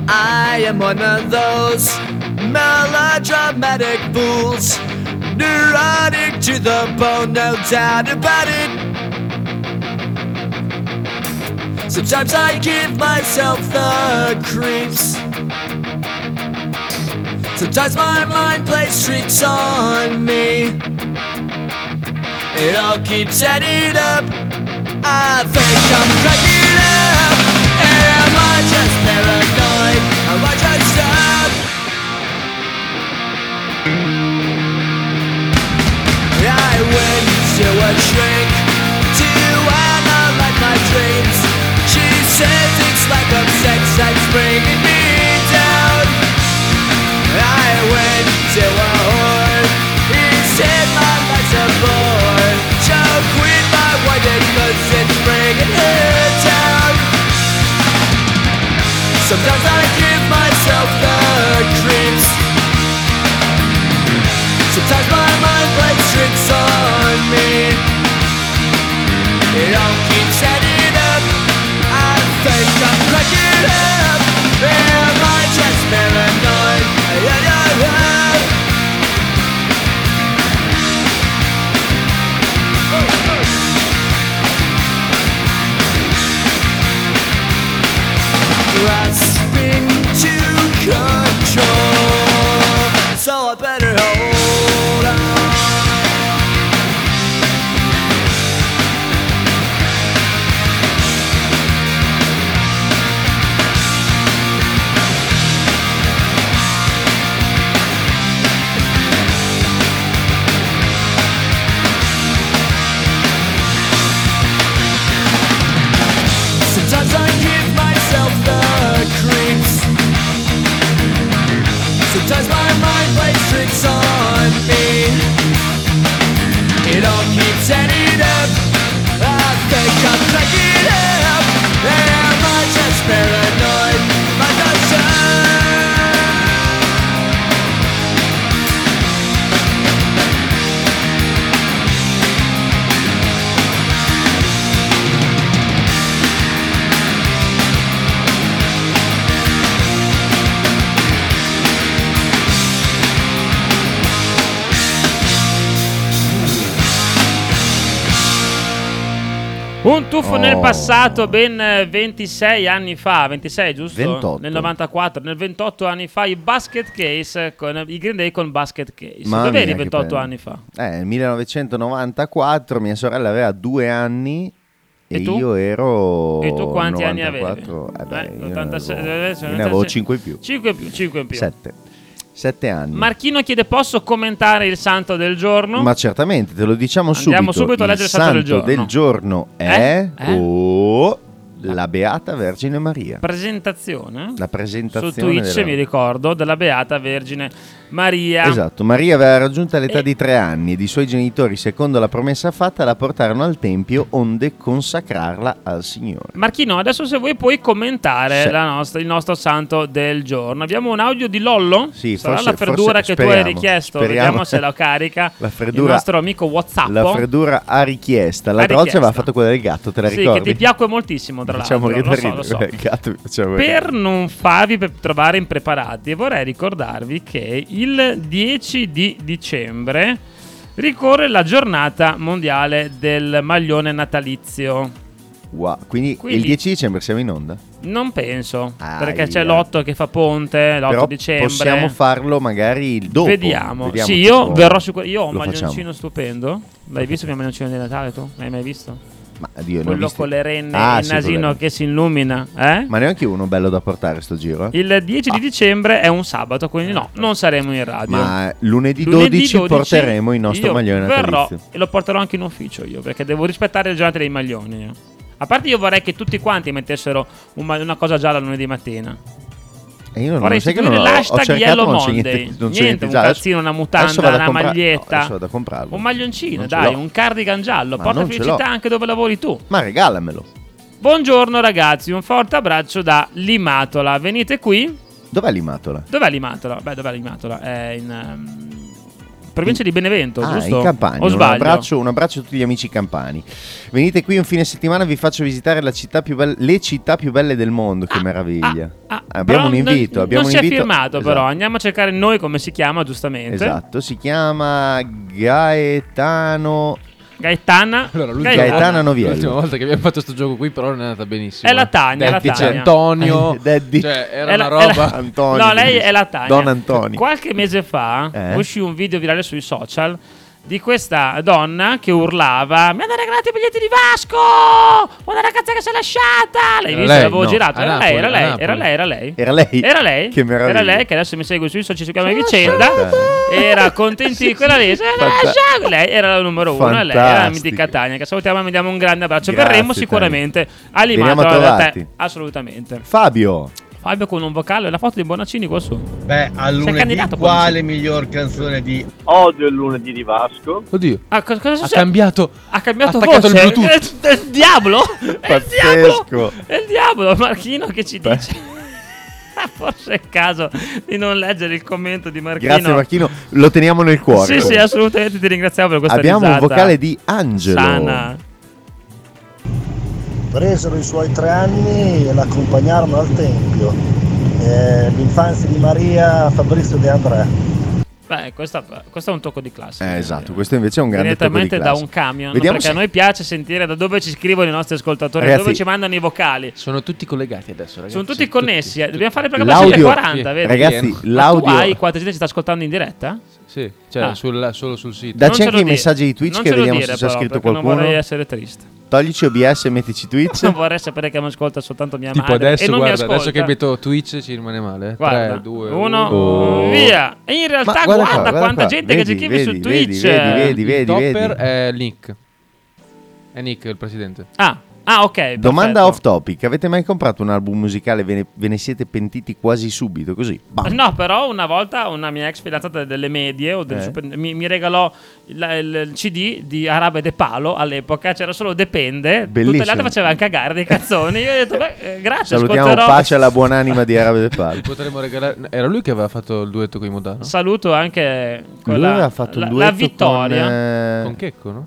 Speaker 11: I am one of those melodramatic fools, neurotic to the bone, no doubt about it. Sometimes I give myself the creeps. Sometimes my mind plays tricks on me. It all keeps adding up. I think I'm cracking up. Am I just paranoid? Am I just dumb? I went to a shrink to analyze my dreams. She says it's like I'm sex that's bringing me down. I went to a whore. He said my life's a bore. So quit my wedding 'cause it's bringing her down. Sometimes I give myself the creeps. Sometimes my mind plays tricks on me. It all keeps adding up. I think I'm cracking up. Am I just paranoid? Yeah, yeah, yeah. grasping to control. So I better hold on. Sometimes I give myself the creeps. Sometimes my mind plays tricks on me. It all keeps adding up. I think I'm cracking up. Am I just paranoid? Am I just
Speaker 5: Un tuffo
Speaker 4: Oh.
Speaker 5: nel passato, ben eh, 26 anni fa, 26 giusto?
Speaker 4: 28.
Speaker 5: Nel 94, nel 28 anni fa i Basket Case, con, i Green Day con Basket Case.
Speaker 4: Mamma
Speaker 5: Dove eri
Speaker 4: mia, che
Speaker 5: 28
Speaker 4: bello.
Speaker 5: anni fa?
Speaker 4: Eh, 1994, mia sorella aveva due anni e,
Speaker 5: E tu?
Speaker 4: io ero...
Speaker 5: E tu quanti anni avevi?
Speaker 4: 94, eh beh,
Speaker 5: Eh,
Speaker 4: io
Speaker 5: 86,
Speaker 4: ne
Speaker 5: eh,
Speaker 4: avevo,
Speaker 5: 86.
Speaker 4: io ne avevo 5 in più.
Speaker 5: 5 in più, 5 in più.
Speaker 4: 7. 7 anni.
Speaker 5: Marchino chiede posso commentare il santo del giorno?
Speaker 4: Ma certamente, te lo diciamo
Speaker 5: Andiamo subito
Speaker 4: subito.
Speaker 5: a
Speaker 4: il
Speaker 5: leggere il santo del giorno.
Speaker 4: giorno è
Speaker 5: Eh? Eh?
Speaker 4: oh, la Beata Vergine Maria.
Speaker 5: Presentazione?
Speaker 4: La presentazione
Speaker 5: su Twitch,
Speaker 4: della-
Speaker 5: mi ricordo, della Beata Vergine Maria.
Speaker 4: Esatto, Maria aveva raggiunto l'età di tre anni ed i suoi genitori, secondo la promessa fatta, la portarono al Tempio onde consacrarla al Signore.
Speaker 5: Marchino, adesso se vuoi puoi commentare
Speaker 4: Sì.
Speaker 5: la nostra- il nostro santo del giorno. Abbiamo un audio di Lollo?
Speaker 4: Sì,
Speaker 5: Sarà
Speaker 4: forse-
Speaker 5: la freddura
Speaker 4: forse-
Speaker 5: che tu
Speaker 4: speriamo,
Speaker 5: hai richiesto.
Speaker 4: speriamo.
Speaker 5: Vediamo se la carica
Speaker 4: La
Speaker 5: il
Speaker 4: freddura-
Speaker 5: nostro amico WhatsApp.
Speaker 4: La freddura a richiesta. L'altra
Speaker 5: A
Speaker 4: volta
Speaker 5: richiesta.
Speaker 4: aveva fatto quella del gatto, te la
Speaker 5: sì,
Speaker 4: ricordi?
Speaker 5: che ti piacque moltissimo, tra
Speaker 4: Facciamo
Speaker 5: l'altro.
Speaker 4: ridere,
Speaker 5: lo so, lo
Speaker 4: ridere.
Speaker 5: so.
Speaker 4: Il gatto mi faceva ridere.
Speaker 5: Per non farvi pe- trovare impreparati, vorrei ricordarvi che il 10 di dicembre ricorre la giornata mondiale del maglione natalizio.
Speaker 4: Wow, Quindi,
Speaker 5: Quindi-
Speaker 4: il 10 dicembre siamo in onda.
Speaker 5: Non penso,
Speaker 4: Aia.
Speaker 5: perché c'è l'8 che fa ponte, l'8
Speaker 4: Però
Speaker 5: dicembre.
Speaker 4: possiamo farlo magari il dopo.
Speaker 5: Vediamo.
Speaker 4: Vediamo
Speaker 5: Sì,
Speaker 4: se
Speaker 5: io
Speaker 4: può-
Speaker 5: verrò su que- Io ho un
Speaker 4: lo
Speaker 5: maglioncino
Speaker 4: facciamo.
Speaker 5: stupendo. L'hai visto il mio maglioncino di Natale tu? L'hai mai visto?
Speaker 4: Ma Dio, ne ho
Speaker 5: Quello
Speaker 4: visti-
Speaker 5: con le renne
Speaker 4: Ah,
Speaker 5: e il
Speaker 4: sì, con le
Speaker 5: nasino
Speaker 4: renne.
Speaker 5: che si illumina, eh?
Speaker 4: Ma neanche uno bello da portare sto giro. eh?
Speaker 5: Il 10 di dicembre è un sabato, quindi no, non saremo in radio.
Speaker 4: Certo. Ma lunedì 12,
Speaker 5: Lunedì
Speaker 4: porteremo il nostro
Speaker 5: io
Speaker 4: maglione
Speaker 5: verrò
Speaker 4: natalizio.
Speaker 5: e lo porterò anche in ufficio io, perché devo rispettare le giornate dei maglioni. io. A parte io vorrei che tutti quanti mettessero un ma- una cosa gialla lunedì mattina.
Speaker 4: E io non
Speaker 5: Vorrei
Speaker 4: sai che
Speaker 5: istituire
Speaker 4: non ho- ho
Speaker 5: l'hashtag
Speaker 4: cercato,
Speaker 5: Yellow
Speaker 4: non c'è niente-
Speaker 5: Monday.
Speaker 4: non c'è
Speaker 5: Niente, un
Speaker 4: già. Adesso-
Speaker 5: calzino, una
Speaker 4: adesso
Speaker 5: mutanda,
Speaker 4: vado a
Speaker 5: una
Speaker 4: compra- no,
Speaker 5: maglietta.
Speaker 4: adesso vado a comprarlo.
Speaker 5: Un maglioncino,
Speaker 4: Non ce
Speaker 5: dai,
Speaker 4: l'ho.
Speaker 5: un cardigan giallo.
Speaker 4: Ma
Speaker 5: porta
Speaker 4: non ce
Speaker 5: felicità
Speaker 4: l'ho.
Speaker 5: anche dove lavori tu.
Speaker 4: Ma regalamelo.
Speaker 5: Buongiorno ragazzi, un forte abbraccio da Limatola. Venite qui.
Speaker 4: Dov'è l'imatola?
Speaker 5: Dov'è Limatola? Beh, dov'è Limatola? È in ehm, provincia di Benevento,
Speaker 4: Ah,
Speaker 5: giusto?
Speaker 4: in Campania.
Speaker 5: O
Speaker 4: Un
Speaker 5: sbaglio?
Speaker 4: abbraccio, un abbraccio a tutti gli amici campani. Venite qui un fine settimana e vi faccio visitare la città più belle- le città più belle del mondo. che meraviglia. abbiamo
Speaker 5: Ah, Però non-
Speaker 4: un invito.
Speaker 5: non
Speaker 4: abbiamo un
Speaker 5: si è
Speaker 4: invito-
Speaker 5: firmato,
Speaker 4: Esatto.
Speaker 5: però. Andiamo a cercare noi come si chiama, giustamente.
Speaker 4: Esatto, si chiama Gaetano.
Speaker 5: Gaetana.
Speaker 3: Allora, l'ultima,
Speaker 5: Gaetana.
Speaker 4: Gaetana Noviello.
Speaker 3: l'ultima volta che abbiamo fatto questo gioco qui, però non è andata benissimo. eh.
Speaker 5: È la Tania, la
Speaker 3: Daddy
Speaker 5: Tania.
Speaker 3: Antonio.
Speaker 4: Daddy.
Speaker 3: Cioè, era
Speaker 5: È
Speaker 3: una
Speaker 5: la-
Speaker 3: roba.
Speaker 5: è la-
Speaker 4: Antonio,
Speaker 5: no, lei
Speaker 4: bellissimo.
Speaker 5: è la Tania.
Speaker 4: Don Antonio.
Speaker 5: Qualche mese fa
Speaker 4: Eh?
Speaker 5: uscì un video virale sui social di questa donna che urlava Mi hanno regalato i biglietti di Vasco! Una ragazza che si è lasciata! L'hai
Speaker 4: Era
Speaker 5: visto?
Speaker 4: lei?
Speaker 5: L'avevo
Speaker 4: No,
Speaker 5: girato.
Speaker 4: a
Speaker 5: Era lei, era
Speaker 4: Napoli, a
Speaker 5: lei, era
Speaker 4: Napoli.
Speaker 5: lei, era lei.
Speaker 4: Era lei?
Speaker 5: Era lei.
Speaker 4: Che meraviglia.
Speaker 5: Era lei che adesso mi segue sui social, si chiama
Speaker 4: Sono
Speaker 5: Vicenda.
Speaker 4: lasciata.
Speaker 5: Era contenticola lì. "Si è
Speaker 4: Fanta-
Speaker 5: lasciata". Lei era la numero uno, lei era la
Speaker 4: Fantastico.
Speaker 5: mitica Tania. Che salutiamo e mandiamo un grande abbraccio.
Speaker 4: Grazie,
Speaker 5: Verremo
Speaker 4: Tania.
Speaker 5: sicuramente a
Speaker 4: Veniamo
Speaker 5: Limato
Speaker 4: a
Speaker 5: da te.
Speaker 4: trovarti.
Speaker 5: Assolutamente.
Speaker 4: Fabio.
Speaker 5: Fabio con un vocale e la foto di Bonaccini qua su.
Speaker 12: Beh, a lunedì
Speaker 5: candidato,
Speaker 12: quale miglior canzone di Odio il lunedì di Vasco?
Speaker 3: Oddio.
Speaker 5: Ah, cosa, cosa
Speaker 3: Ha
Speaker 5: succede?
Speaker 3: cambiato.
Speaker 5: Ha cambiato
Speaker 3: ha attaccato
Speaker 5: voce?
Speaker 3: il Bluetooth.
Speaker 5: È, è il diavolo? È il diavolo?
Speaker 4: Pazzesco.
Speaker 5: È il diavolo, Marchino che ci dice. Forse è il caso di non leggere il commento di Marchino.
Speaker 4: Grazie Marchino, lo teniamo nel cuore.
Speaker 5: Sì, sì, assolutamente ti ringraziamo per questa
Speaker 4: Abbiamo un
Speaker 5: risata
Speaker 4: vocale di Angelo.
Speaker 5: Sana.
Speaker 13: presero i suoi tre anni e l'accompagnarono al Tempio. Eh, l'infanzia di Maria Fabrizio De André.
Speaker 5: Beh, questa- questo è un tocco di classe.
Speaker 4: Eh, esatto, questo invece è un grande tocco di
Speaker 5: Direttamente da
Speaker 4: classe.
Speaker 5: un camion.
Speaker 4: Vediamo
Speaker 5: perché a
Speaker 4: se
Speaker 5: noi piace sentire da dove ci scrivono i nostri ascoltatori,
Speaker 4: Ragazzi,
Speaker 5: dove ci mandano i vocali.
Speaker 3: Sono tutti collegati adesso, ragazzi.
Speaker 5: Sono tutti connessi. eh. Dobbiamo fare il programma alle
Speaker 4: l'audio
Speaker 5: 40, vedi?
Speaker 4: Ragazzi,
Speaker 5: Ma
Speaker 4: l'audio
Speaker 5: Tu hai quanta gente ci sta ascoltando in diretta?
Speaker 3: Sì, cioè
Speaker 5: Ah.
Speaker 3: sul- solo sul sito.
Speaker 4: Dacci
Speaker 5: Non ce
Speaker 4: anche
Speaker 5: lo
Speaker 4: i
Speaker 5: dire.
Speaker 4: messaggi di Twitch
Speaker 5: Non
Speaker 4: che
Speaker 5: ce lo
Speaker 4: vediamo
Speaker 5: dire,
Speaker 4: se c'è
Speaker 5: però,
Speaker 4: scritto
Speaker 5: perché non
Speaker 4: qualcuno.
Speaker 5: vorrei essere triste.
Speaker 4: Toglici OBS e mettici Twitch.
Speaker 5: Non vorrei sapere che mi ascolta soltanto mia
Speaker 3: Tipo
Speaker 5: madre. e
Speaker 3: adesso,
Speaker 5: non mi
Speaker 3: guarda,
Speaker 5: ascolta.
Speaker 3: adesso che metto Twitch ci rimane male. eh.
Speaker 5: Guarda,
Speaker 3: 3, 2,
Speaker 5: uno, Oh.
Speaker 3: 1.
Speaker 5: via. E in realtà,
Speaker 3: Ma
Speaker 5: guarda,
Speaker 3: guarda qua, guarda
Speaker 5: quanta
Speaker 3: qua.
Speaker 5: gente che
Speaker 3: Vedi,
Speaker 5: ci scrive su
Speaker 3: vedi,
Speaker 5: Twitch.
Speaker 4: vedi, vedi,
Speaker 3: Eh, il
Speaker 4: vedi.
Speaker 3: topper è Nick. È Nick il presidente.
Speaker 5: Ah, ah, ok. perfetto.
Speaker 4: Domanda off topic: avete mai comprato un album musicale e ve ne, ve ne siete pentiti quasi subito? Così. Bam.
Speaker 5: No, però una volta una mia ex fidanzata delle medie o del
Speaker 4: Eh.
Speaker 5: super- mi, mi regalò il, il- il CD di Arabe De Palo all'epoca, c'era solo Depende, tutte le
Speaker 4: Bellissimo.
Speaker 5: altre facevano cagare dei canzoni. Io ho detto, beh, eh, grazie,
Speaker 4: Salutiamo
Speaker 5: ascolterò.
Speaker 4: pace alla buonanima di Arabe del Palo.
Speaker 3: Potremmo regalare. Era lui che aveva fatto il duetto con i Modano?
Speaker 5: Saluto anche
Speaker 4: Lui
Speaker 5: quella-
Speaker 4: aveva fatto
Speaker 5: la,
Speaker 4: un
Speaker 5: la
Speaker 4: duetto
Speaker 5: vittoria.
Speaker 4: Con, eh,
Speaker 3: Con Checco, no?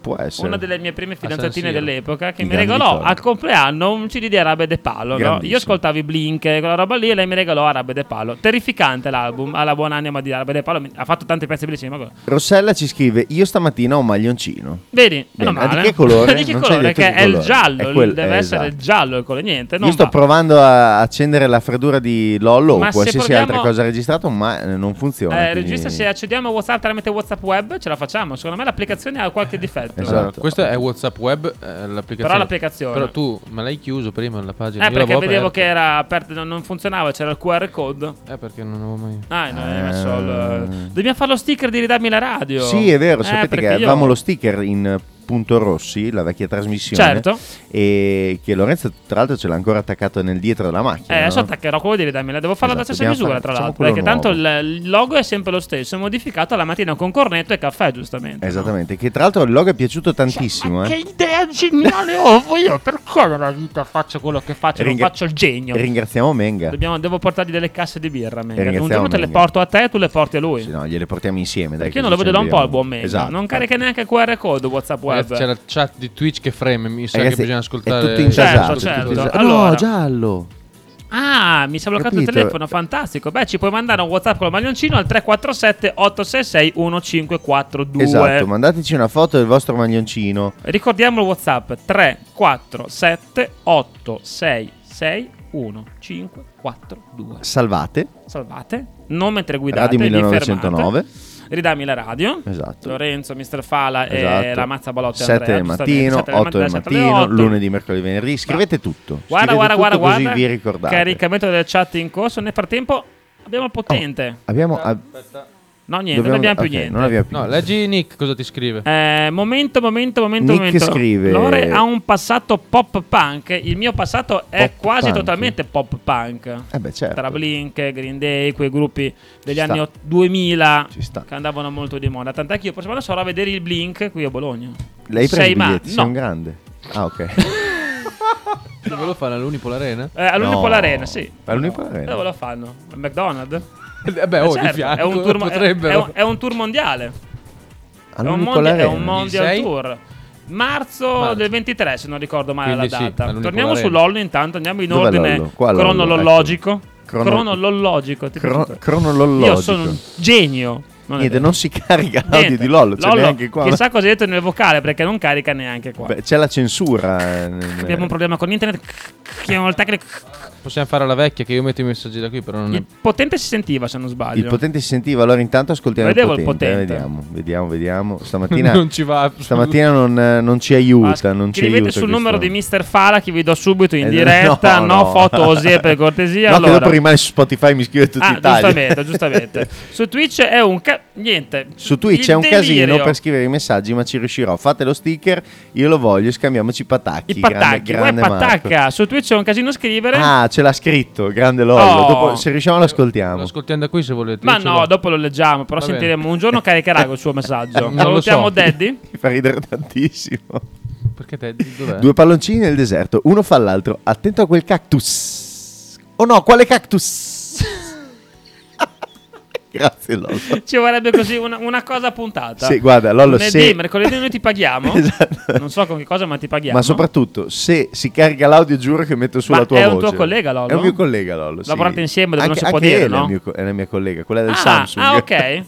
Speaker 4: Può essere.
Speaker 5: Una delle mie prime
Speaker 3: San
Speaker 5: fidanzatine
Speaker 3: Siro.
Speaker 5: dell'epoca che
Speaker 4: I
Speaker 5: mi
Speaker 4: grandi
Speaker 5: regalò
Speaker 4: ricordi.
Speaker 5: al compleanno un CD di Arabe De Palo. No?
Speaker 4: Grandissimo.
Speaker 5: Io ascoltavo i Blink e quella roba lì e lei mi regalò Arabe De Palo. Terrificante l'album, alla buon'anima di Arabe De Palo. mi- Ha fatto tanti pezzi bellissimi. Ma...
Speaker 4: Rossella ci scrive: Io stamattina ho un maglioncino.
Speaker 5: Vedi,
Speaker 4: Bene,
Speaker 5: meno
Speaker 4: ma di
Speaker 5: male.
Speaker 4: che colore?
Speaker 5: di che
Speaker 4: Non c'è
Speaker 5: colore?
Speaker 4: detto
Speaker 5: Che
Speaker 4: che
Speaker 5: è il
Speaker 4: colore.
Speaker 5: giallo,
Speaker 4: È quel-
Speaker 5: deve
Speaker 4: eh,
Speaker 5: essere il
Speaker 4: esatto.
Speaker 5: giallo il colore. Niente, Eh, non
Speaker 4: Io sto
Speaker 5: va.
Speaker 4: provando a accendere la freddura di Lollo
Speaker 5: Ma
Speaker 4: o
Speaker 5: se
Speaker 4: qualsiasi
Speaker 5: proviamo-
Speaker 4: altra cosa registrata, ma eh, non funziona.
Speaker 5: Eh,
Speaker 4: quindi-
Speaker 5: regista, se accediamo a WhatsApp tramite WhatsApp web, ce la facciamo. Secondo me l'applicazione ha qualche difetto. Eh,
Speaker 4: Esatto.
Speaker 3: Allora, questo è WhatsApp web, eh, l'applicazione.
Speaker 5: Però l'applicazione.
Speaker 3: Però tu me l'hai chiuso prima la pagina.
Speaker 5: Eh,
Speaker 3: Io
Speaker 5: perché
Speaker 3: l'avevo
Speaker 5: vedevo
Speaker 3: aperta.
Speaker 5: che era aperto, non- non funzionava, c'era il QR code.
Speaker 3: Eh, perché non avevo mai.
Speaker 5: Ah, no, hai messo eh, il- Dobbiamo fare lo sticker di ridarmi la radio.
Speaker 4: Eh, Sì, è vero,
Speaker 5: Eh,
Speaker 4: sapete che
Speaker 5: perché io-
Speaker 4: avevamo lo sticker in eh, Punto Rossi, la vecchia trasmissione.
Speaker 5: Certo.
Speaker 4: E che Lorenzo, tra l'altro, ce l'ha ancora attaccato nel dietro della macchina.
Speaker 5: Eh, adesso
Speaker 4: no?
Speaker 5: attaccherò quello di Ridamela. Devo farlo
Speaker 4: Esatto,
Speaker 5: alla stessa
Speaker 4: dobbiamo
Speaker 5: misura, tra
Speaker 4: fare- facciamo
Speaker 5: l'altro. Perché
Speaker 4: quello
Speaker 5: tanto il il logo è sempre lo stesso, è modificato alla mattina con cornetto e caffè, giustamente.
Speaker 4: Esattamente, che tra l'altro il logo è piaciuto tantissimo. eh.
Speaker 5: idea geniale ho io? Perché nella vita faccio quello che faccio? Non
Speaker 4: Ringra-
Speaker 5: faccio il genio.
Speaker 4: Ringraziamo Menga.
Speaker 5: Dobbiamo- devo portargli delle casse di birra. Menga.
Speaker 4: ringraziamo
Speaker 5: Un giorno te le
Speaker 4: Menga.
Speaker 5: porto a te e tu le porti a lui.
Speaker 4: Sì, no, gliele portiamo insieme. Dai,
Speaker 5: Perché io non
Speaker 4: così
Speaker 5: lo vedo da
Speaker 4: ce
Speaker 5: un po' il
Speaker 4: abbiamo.
Speaker 5: buon Menga.
Speaker 4: Esatto.
Speaker 5: Non carica neanche il QR code WhatsApp web.
Speaker 3: C'è la chat di Twitch che freme, mi sa
Speaker 4: Ragazzi,
Speaker 3: che bisogna ascoltare.
Speaker 4: È tutto intasato.
Speaker 5: Certo, certo.
Speaker 4: tutto intasato.
Speaker 5: Allora-
Speaker 4: Esatto, No, giallo.
Speaker 5: Ah, mi si è bloccato
Speaker 4: Capito?
Speaker 5: il telefono, fantastico. Beh, ci puoi mandare un WhatsApp col maglioncino al 347 866 1542.
Speaker 4: Esatto, mandateci una foto del vostro maglioncino.
Speaker 5: Ricordiamo il WhatsApp 347 866 1542.
Speaker 4: Salvate.
Speaker 5: Salvate, non mentre guidate,
Speaker 4: Radio
Speaker 5: vi
Speaker 4: 1909.
Speaker 5: fermate. Ridami la radio.
Speaker 4: Esatto.
Speaker 5: Lorenzo, Mister Fala e
Speaker 4: Esatto.
Speaker 5: Eh, la Mazza Balotti
Speaker 4: 7 del mattino, 8 del mattino, lunedì, mercoledì, venerdì. Scrivete tutto.
Speaker 5: Guarda,
Speaker 4: Scrivete
Speaker 5: guarda, guarda,
Speaker 4: tutto così
Speaker 5: guarda.
Speaker 4: vi ricordate.
Speaker 5: Caricamento delle chat in corso. Nel frattempo abbiamo il potente.
Speaker 4: Abbiamo. ab-
Speaker 5: No, niente,
Speaker 4: Oh. Dobbiamo-
Speaker 5: non abbiamo più
Speaker 4: ok,
Speaker 5: niente.
Speaker 4: non abbiamo più
Speaker 3: No, leggi Nick cosa ti scrive.
Speaker 5: Eh, momento, momento, momento,
Speaker 4: Nick
Speaker 5: momento.
Speaker 4: scrive-
Speaker 5: Lore ha un passato pop punk. Il mio passato è
Speaker 4: Pop
Speaker 5: quasi
Speaker 4: punk.
Speaker 5: totalmente pop punk.
Speaker 4: Eh beh, certo.
Speaker 5: Tra Blink, Green Day, quei gruppi degli
Speaker 4: Ci
Speaker 5: anni
Speaker 4: sta.
Speaker 5: ott- 2000 che andavano molto di moda. Tant'è che io prossima sarò a vedere il Blink qui a Bologna.
Speaker 4: Lei prende
Speaker 5: Sei
Speaker 4: i
Speaker 5: ma-
Speaker 4: biglietti? Sei
Speaker 5: No.
Speaker 4: un grande. Ah, ok.
Speaker 3: Che volevo fare all'Unipol Arena?
Speaker 5: Eh, all'Unipol Arena, sì.
Speaker 4: All'Unipol
Speaker 5: Eh,
Speaker 4: Arena.
Speaker 5: Dove lo fanno? Al McDonald's?
Speaker 3: Eh beh, oh, di fianco,
Speaker 5: certo, è, un tour, mo- è-
Speaker 3: potrebbero.
Speaker 5: è un- è un tour mondiale. È un,
Speaker 4: All'Unipol
Speaker 5: mondia- è
Speaker 4: Arena.
Speaker 5: un mondial
Speaker 4: 26?
Speaker 5: tour. Marzo, del 23, se non ricordo male
Speaker 4: Quindi
Speaker 5: la
Speaker 4: sì,
Speaker 5: data.
Speaker 4: all'Unipol
Speaker 5: Torniamo
Speaker 4: Arena.
Speaker 5: sull'Ollo intanto, andiamo in
Speaker 4: Dov'è
Speaker 5: ordine
Speaker 4: l'Ollo? Qua l'Ollo, ecco.
Speaker 5: cronologico.
Speaker 4: Crono-
Speaker 5: Cronologico. ti è
Speaker 4: Cro-
Speaker 5: piaciuto?
Speaker 4: cronologico.
Speaker 5: Io sono un genio. Non è
Speaker 4: Niente,
Speaker 5: vero.
Speaker 4: non si carica l'audio
Speaker 5: Niente.
Speaker 4: di LOL. C'è
Speaker 5: Lollo,
Speaker 4: neanche qua.
Speaker 5: Chissà cosa hai detto nel vocale perché non carica neanche qua.
Speaker 4: Beh, c'è la censura. eh, nel-
Speaker 5: Abbiamo un problema con internet. Chiamiamo il tecnico.
Speaker 3: Possiamo fare la vecchia che io metto i messaggi da qui, però non è...
Speaker 5: Potente si sentiva se non sbaglio.
Speaker 4: Il potente si sentiva, allora intanto ascoltiamo
Speaker 5: Vedevo il
Speaker 4: il potente. eh,
Speaker 5: potente.
Speaker 4: vediamo, vediamo, vediamo. Stamattina
Speaker 3: Non ci va.
Speaker 4: Stamattina non, eh, non ci aiuta, non ci aiuta.
Speaker 5: Scrivete Ah, sul numero di Mr. Fala che vi do subito in
Speaker 4: Eh,
Speaker 5: diretta.
Speaker 4: no,
Speaker 5: No,
Speaker 4: no.
Speaker 5: foto osie per cortesia.
Speaker 4: No, che
Speaker 5: allora.
Speaker 4: dopo rimane su Spotify mi scrive tutti
Speaker 5: Ah,
Speaker 4: in Italia.
Speaker 5: giustamente, giustamente. Su Twitch è un ca- niente.
Speaker 4: Su Twitch
Speaker 5: Il
Speaker 4: è un casino
Speaker 5: delirio.
Speaker 4: per scrivere i messaggi, ma ci riuscirò. Fate lo sticker, io lo voglio, scambiamoci patacchi.
Speaker 5: i patacchi,
Speaker 4: grande,
Speaker 5: vuoi
Speaker 4: grande Marco.
Speaker 5: patacca? Su Twitch è un casino scrivere.
Speaker 4: Ah, ce l'ha scritto, grande Lollo.
Speaker 5: Oh.
Speaker 4: Dopo, se riusciamo lo ascoltiamo.
Speaker 3: Lo ascoltiamo da qui se volete.
Speaker 5: Ma
Speaker 3: io ce
Speaker 5: no,
Speaker 3: l'ho.
Speaker 5: dopo lo leggiamo, però
Speaker 3: Va bene.
Speaker 5: sentiremo un giorno caricherà il suo messaggio.
Speaker 3: Non lo
Speaker 5: Salutiamo
Speaker 3: so.
Speaker 5: Daddy.
Speaker 4: Mi fa ridere tantissimo.
Speaker 3: Perché te,
Speaker 5: Eh.
Speaker 3: dov'è?
Speaker 4: Due palloncini nel deserto, uno fa l'altro. Attento a quel cactus. Oh no, quale cactus? Grazie Lollo.
Speaker 5: Ci vorrebbe così una, una cosa puntata.
Speaker 4: Sì, guarda, Lollo,
Speaker 5: Lunedì,
Speaker 4: se- Esatto.
Speaker 5: mercoledì noi ti paghiamo. Non so con che cosa, ma ti paghiamo.
Speaker 4: Ma soprattutto, se si carica l'audio, giuro che metto sulla
Speaker 5: Ma
Speaker 4: tua
Speaker 5: è
Speaker 4: voce.
Speaker 5: un tuo collega, Lollo?
Speaker 4: È un mio collega, Lollo. sì.
Speaker 5: Lavorate insieme, dove non
Speaker 4: Anche-
Speaker 5: si può
Speaker 4: anche
Speaker 5: dire,
Speaker 4: Elena
Speaker 5: no?
Speaker 4: È, mio co- è la mia collega, quella del
Speaker 5: Ah,
Speaker 4: Samsung.
Speaker 5: ah, ok.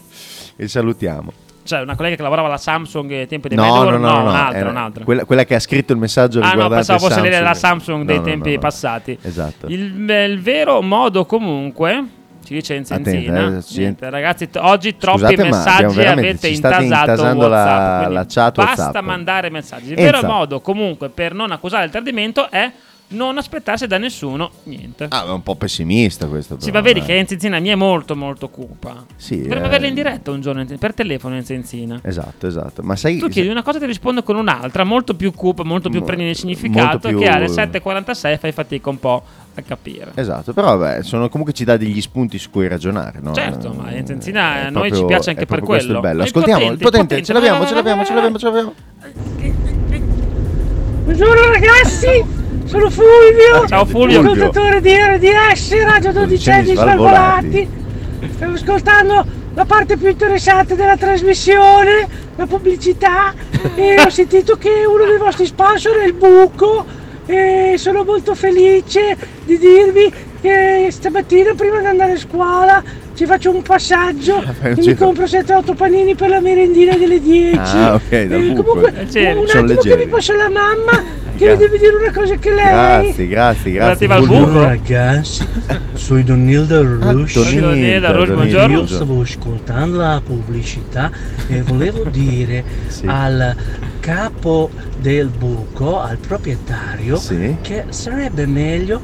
Speaker 4: e salutiamo.
Speaker 5: Cioè, una collega che lavorava alla Samsung ai tempi dei
Speaker 4: No, no,
Speaker 5: Medwar?
Speaker 4: no, no, no,
Speaker 5: un'altra,
Speaker 4: era
Speaker 5: un'altra.
Speaker 4: Quella, quella che ha scritto il messaggio
Speaker 5: Ah, no,
Speaker 4: riguardante
Speaker 5: pensavo fosse
Speaker 4: Samsung.
Speaker 5: lei della Samsung dei
Speaker 4: No, no, no,
Speaker 5: tempi
Speaker 4: no.
Speaker 5: passati.
Speaker 4: Esatto.
Speaker 5: Il, il vero modo comunque, ci dice Enzenzina,
Speaker 4: Attenta, eh, ci-
Speaker 5: niente, ragazzi, t- oggi troppi
Speaker 4: Scusate, ma abbiamo
Speaker 5: messaggi
Speaker 4: veramente-
Speaker 5: avete
Speaker 4: ci state
Speaker 5: intasato
Speaker 4: intasando la-
Speaker 5: WhatsApp, quindi
Speaker 4: la chat
Speaker 5: basta
Speaker 4: WhatsApp. Esatto.
Speaker 5: mandare messaggi. Il
Speaker 4: Enza.
Speaker 5: vero modo comunque per non accusare il tradimento è non aspettarsi da nessuno niente.
Speaker 4: Ah, è un po' pessimista questo.
Speaker 5: Sì, ma
Speaker 4: però,
Speaker 5: vedi
Speaker 4: dai.
Speaker 5: che Enzenzina mi è molto molto cupa.
Speaker 4: Sì,
Speaker 5: Dovremmo
Speaker 4: eh.
Speaker 5: averla in diretta un giorno per telefono Enzenzina.
Speaker 4: Esatto, esatto. Ma sai...
Speaker 5: Tu chiedi una cosa e ti rispondo con un'altra, molto più cupa, molto più
Speaker 4: Mo-
Speaker 5: piena di significato,
Speaker 4: molto più-
Speaker 5: che alle 7.46 fai fatica un po' a capire.
Speaker 4: Esatto, però vabbè, sono, comunque ci dà degli spunti su cui ragionare. No?
Speaker 5: Certo,
Speaker 4: Eh,
Speaker 5: ma
Speaker 4: è
Speaker 5: Enzenzina a noi
Speaker 4: proprio-
Speaker 5: ci piace
Speaker 4: è
Speaker 5: anche per
Speaker 4: proprio questo
Speaker 5: quello.
Speaker 4: il bello.
Speaker 5: E
Speaker 4: Ascoltiamo, il potente, ce l'abbiamo, ce l'abbiamo, ce l'abbiamo, ce l'abbiamo.
Speaker 14: Buongiorno ragazzi, sono
Speaker 4: Eh,
Speaker 14: Fulvio.
Speaker 5: Ciao, Fulvio.
Speaker 14: Conduttore di RDS, Radio 12 di
Speaker 4: Svalvolati.
Speaker 14: Svalvolati. Stavo ascoltando la parte più interessante della trasmissione, la pubblicità e Eh, ho sentito che uno dei vostri sponsor è il Buco Ecco, e sono molto felice di dirvi che stamattina prima di andare a scuola ci faccio un passaggio
Speaker 4: Ah, fai un
Speaker 14: e mi
Speaker 4: giro.
Speaker 14: compro 7-8 panini per la merendina delle 10.
Speaker 4: Ah, ok, dal
Speaker 14: Eh,
Speaker 4: Buco.
Speaker 14: comunque, un
Speaker 4: Leggeri.
Speaker 14: attimo
Speaker 4: Sono
Speaker 14: che
Speaker 4: leggeri.
Speaker 14: mi passa la mamma che mi deve dire una cosa che lei
Speaker 4: Grazie, grazie, grazie.
Speaker 14: Buongiorno
Speaker 4: Buongiorno.
Speaker 14: ragazzi, sono Donilda
Speaker 4: Ah,
Speaker 14: Rush.
Speaker 4: Donilda Donilda Rush, Rush, buongiorno.
Speaker 14: Io stavo ascoltando la pubblicità e volevo dire al capo del buco, al proprietario,
Speaker 4: Sì.
Speaker 14: che sarebbe meglio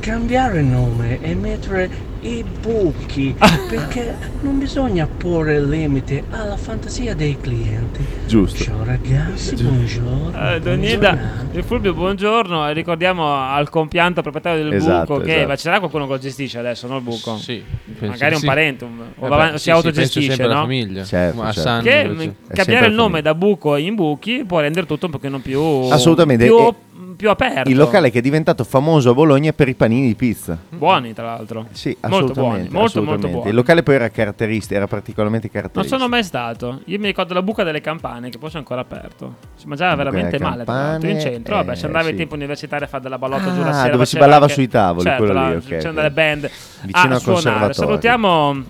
Speaker 14: cambiare nome e mettere
Speaker 15: i buchi perché non bisogna porre limite alla fantasia dei clienti.
Speaker 3: Giusto.
Speaker 15: Ciao ragazzi,
Speaker 5: Giusto.
Speaker 15: buongiorno.
Speaker 5: Eh, Donilda, il Fulvio, buongiorno. E Ricordiamo al compianto proprietario del
Speaker 3: Esatto,
Speaker 5: buco che
Speaker 3: esatto.
Speaker 5: ma ci sarà qualcuno che lo gestisce adesso, no? Il buco?
Speaker 3: Sì, Eh,
Speaker 5: magari un parente un- o va- si autogestisce, no?
Speaker 3: famiglia.
Speaker 4: Certo,
Speaker 3: Ma a
Speaker 4: certo.
Speaker 3: San-
Speaker 5: Che
Speaker 4: È
Speaker 5: mh,
Speaker 4: sempre
Speaker 5: cambiare il
Speaker 4: la
Speaker 5: nome da buco in buchi può rendere tutto un pochino più
Speaker 4: Assolutamente.
Speaker 5: più,
Speaker 4: E-
Speaker 5: più aperto.
Speaker 4: Il locale che è diventato famoso a Bologna per i panini di pizza.
Speaker 5: buoni, tra l'altro.
Speaker 4: Sì,
Speaker 5: molto
Speaker 4: assolutamente.
Speaker 5: buoni, molto molto
Speaker 4: assolutamente.
Speaker 5: buoni.
Speaker 4: Il locale poi era caratteristico, era particolarmente
Speaker 5: Non
Speaker 4: caratteristico.
Speaker 5: sono mai stato. Io mi ricordo la buca delle campane, che poi c'è ancora aperto. Si mangiava
Speaker 4: Buca
Speaker 5: veramente
Speaker 4: delle
Speaker 5: male. Tra l'altro, in
Speaker 4: campane,
Speaker 5: centro, vabbè,
Speaker 4: eh,
Speaker 5: se andavi in
Speaker 4: sì.
Speaker 5: tempo universitario a fare della ballotta giù
Speaker 4: Ah,
Speaker 5: la sera.
Speaker 4: dove si
Speaker 5: faceva
Speaker 4: ballava
Speaker 5: anche-
Speaker 4: sui tavoli,
Speaker 5: certo,
Speaker 4: quello
Speaker 5: la-
Speaker 4: lì, ok,
Speaker 5: C'erano
Speaker 4: ok.
Speaker 5: delle band
Speaker 4: Vicino
Speaker 5: a suonare.
Speaker 4: al conservatorio.
Speaker 5: Salutiamo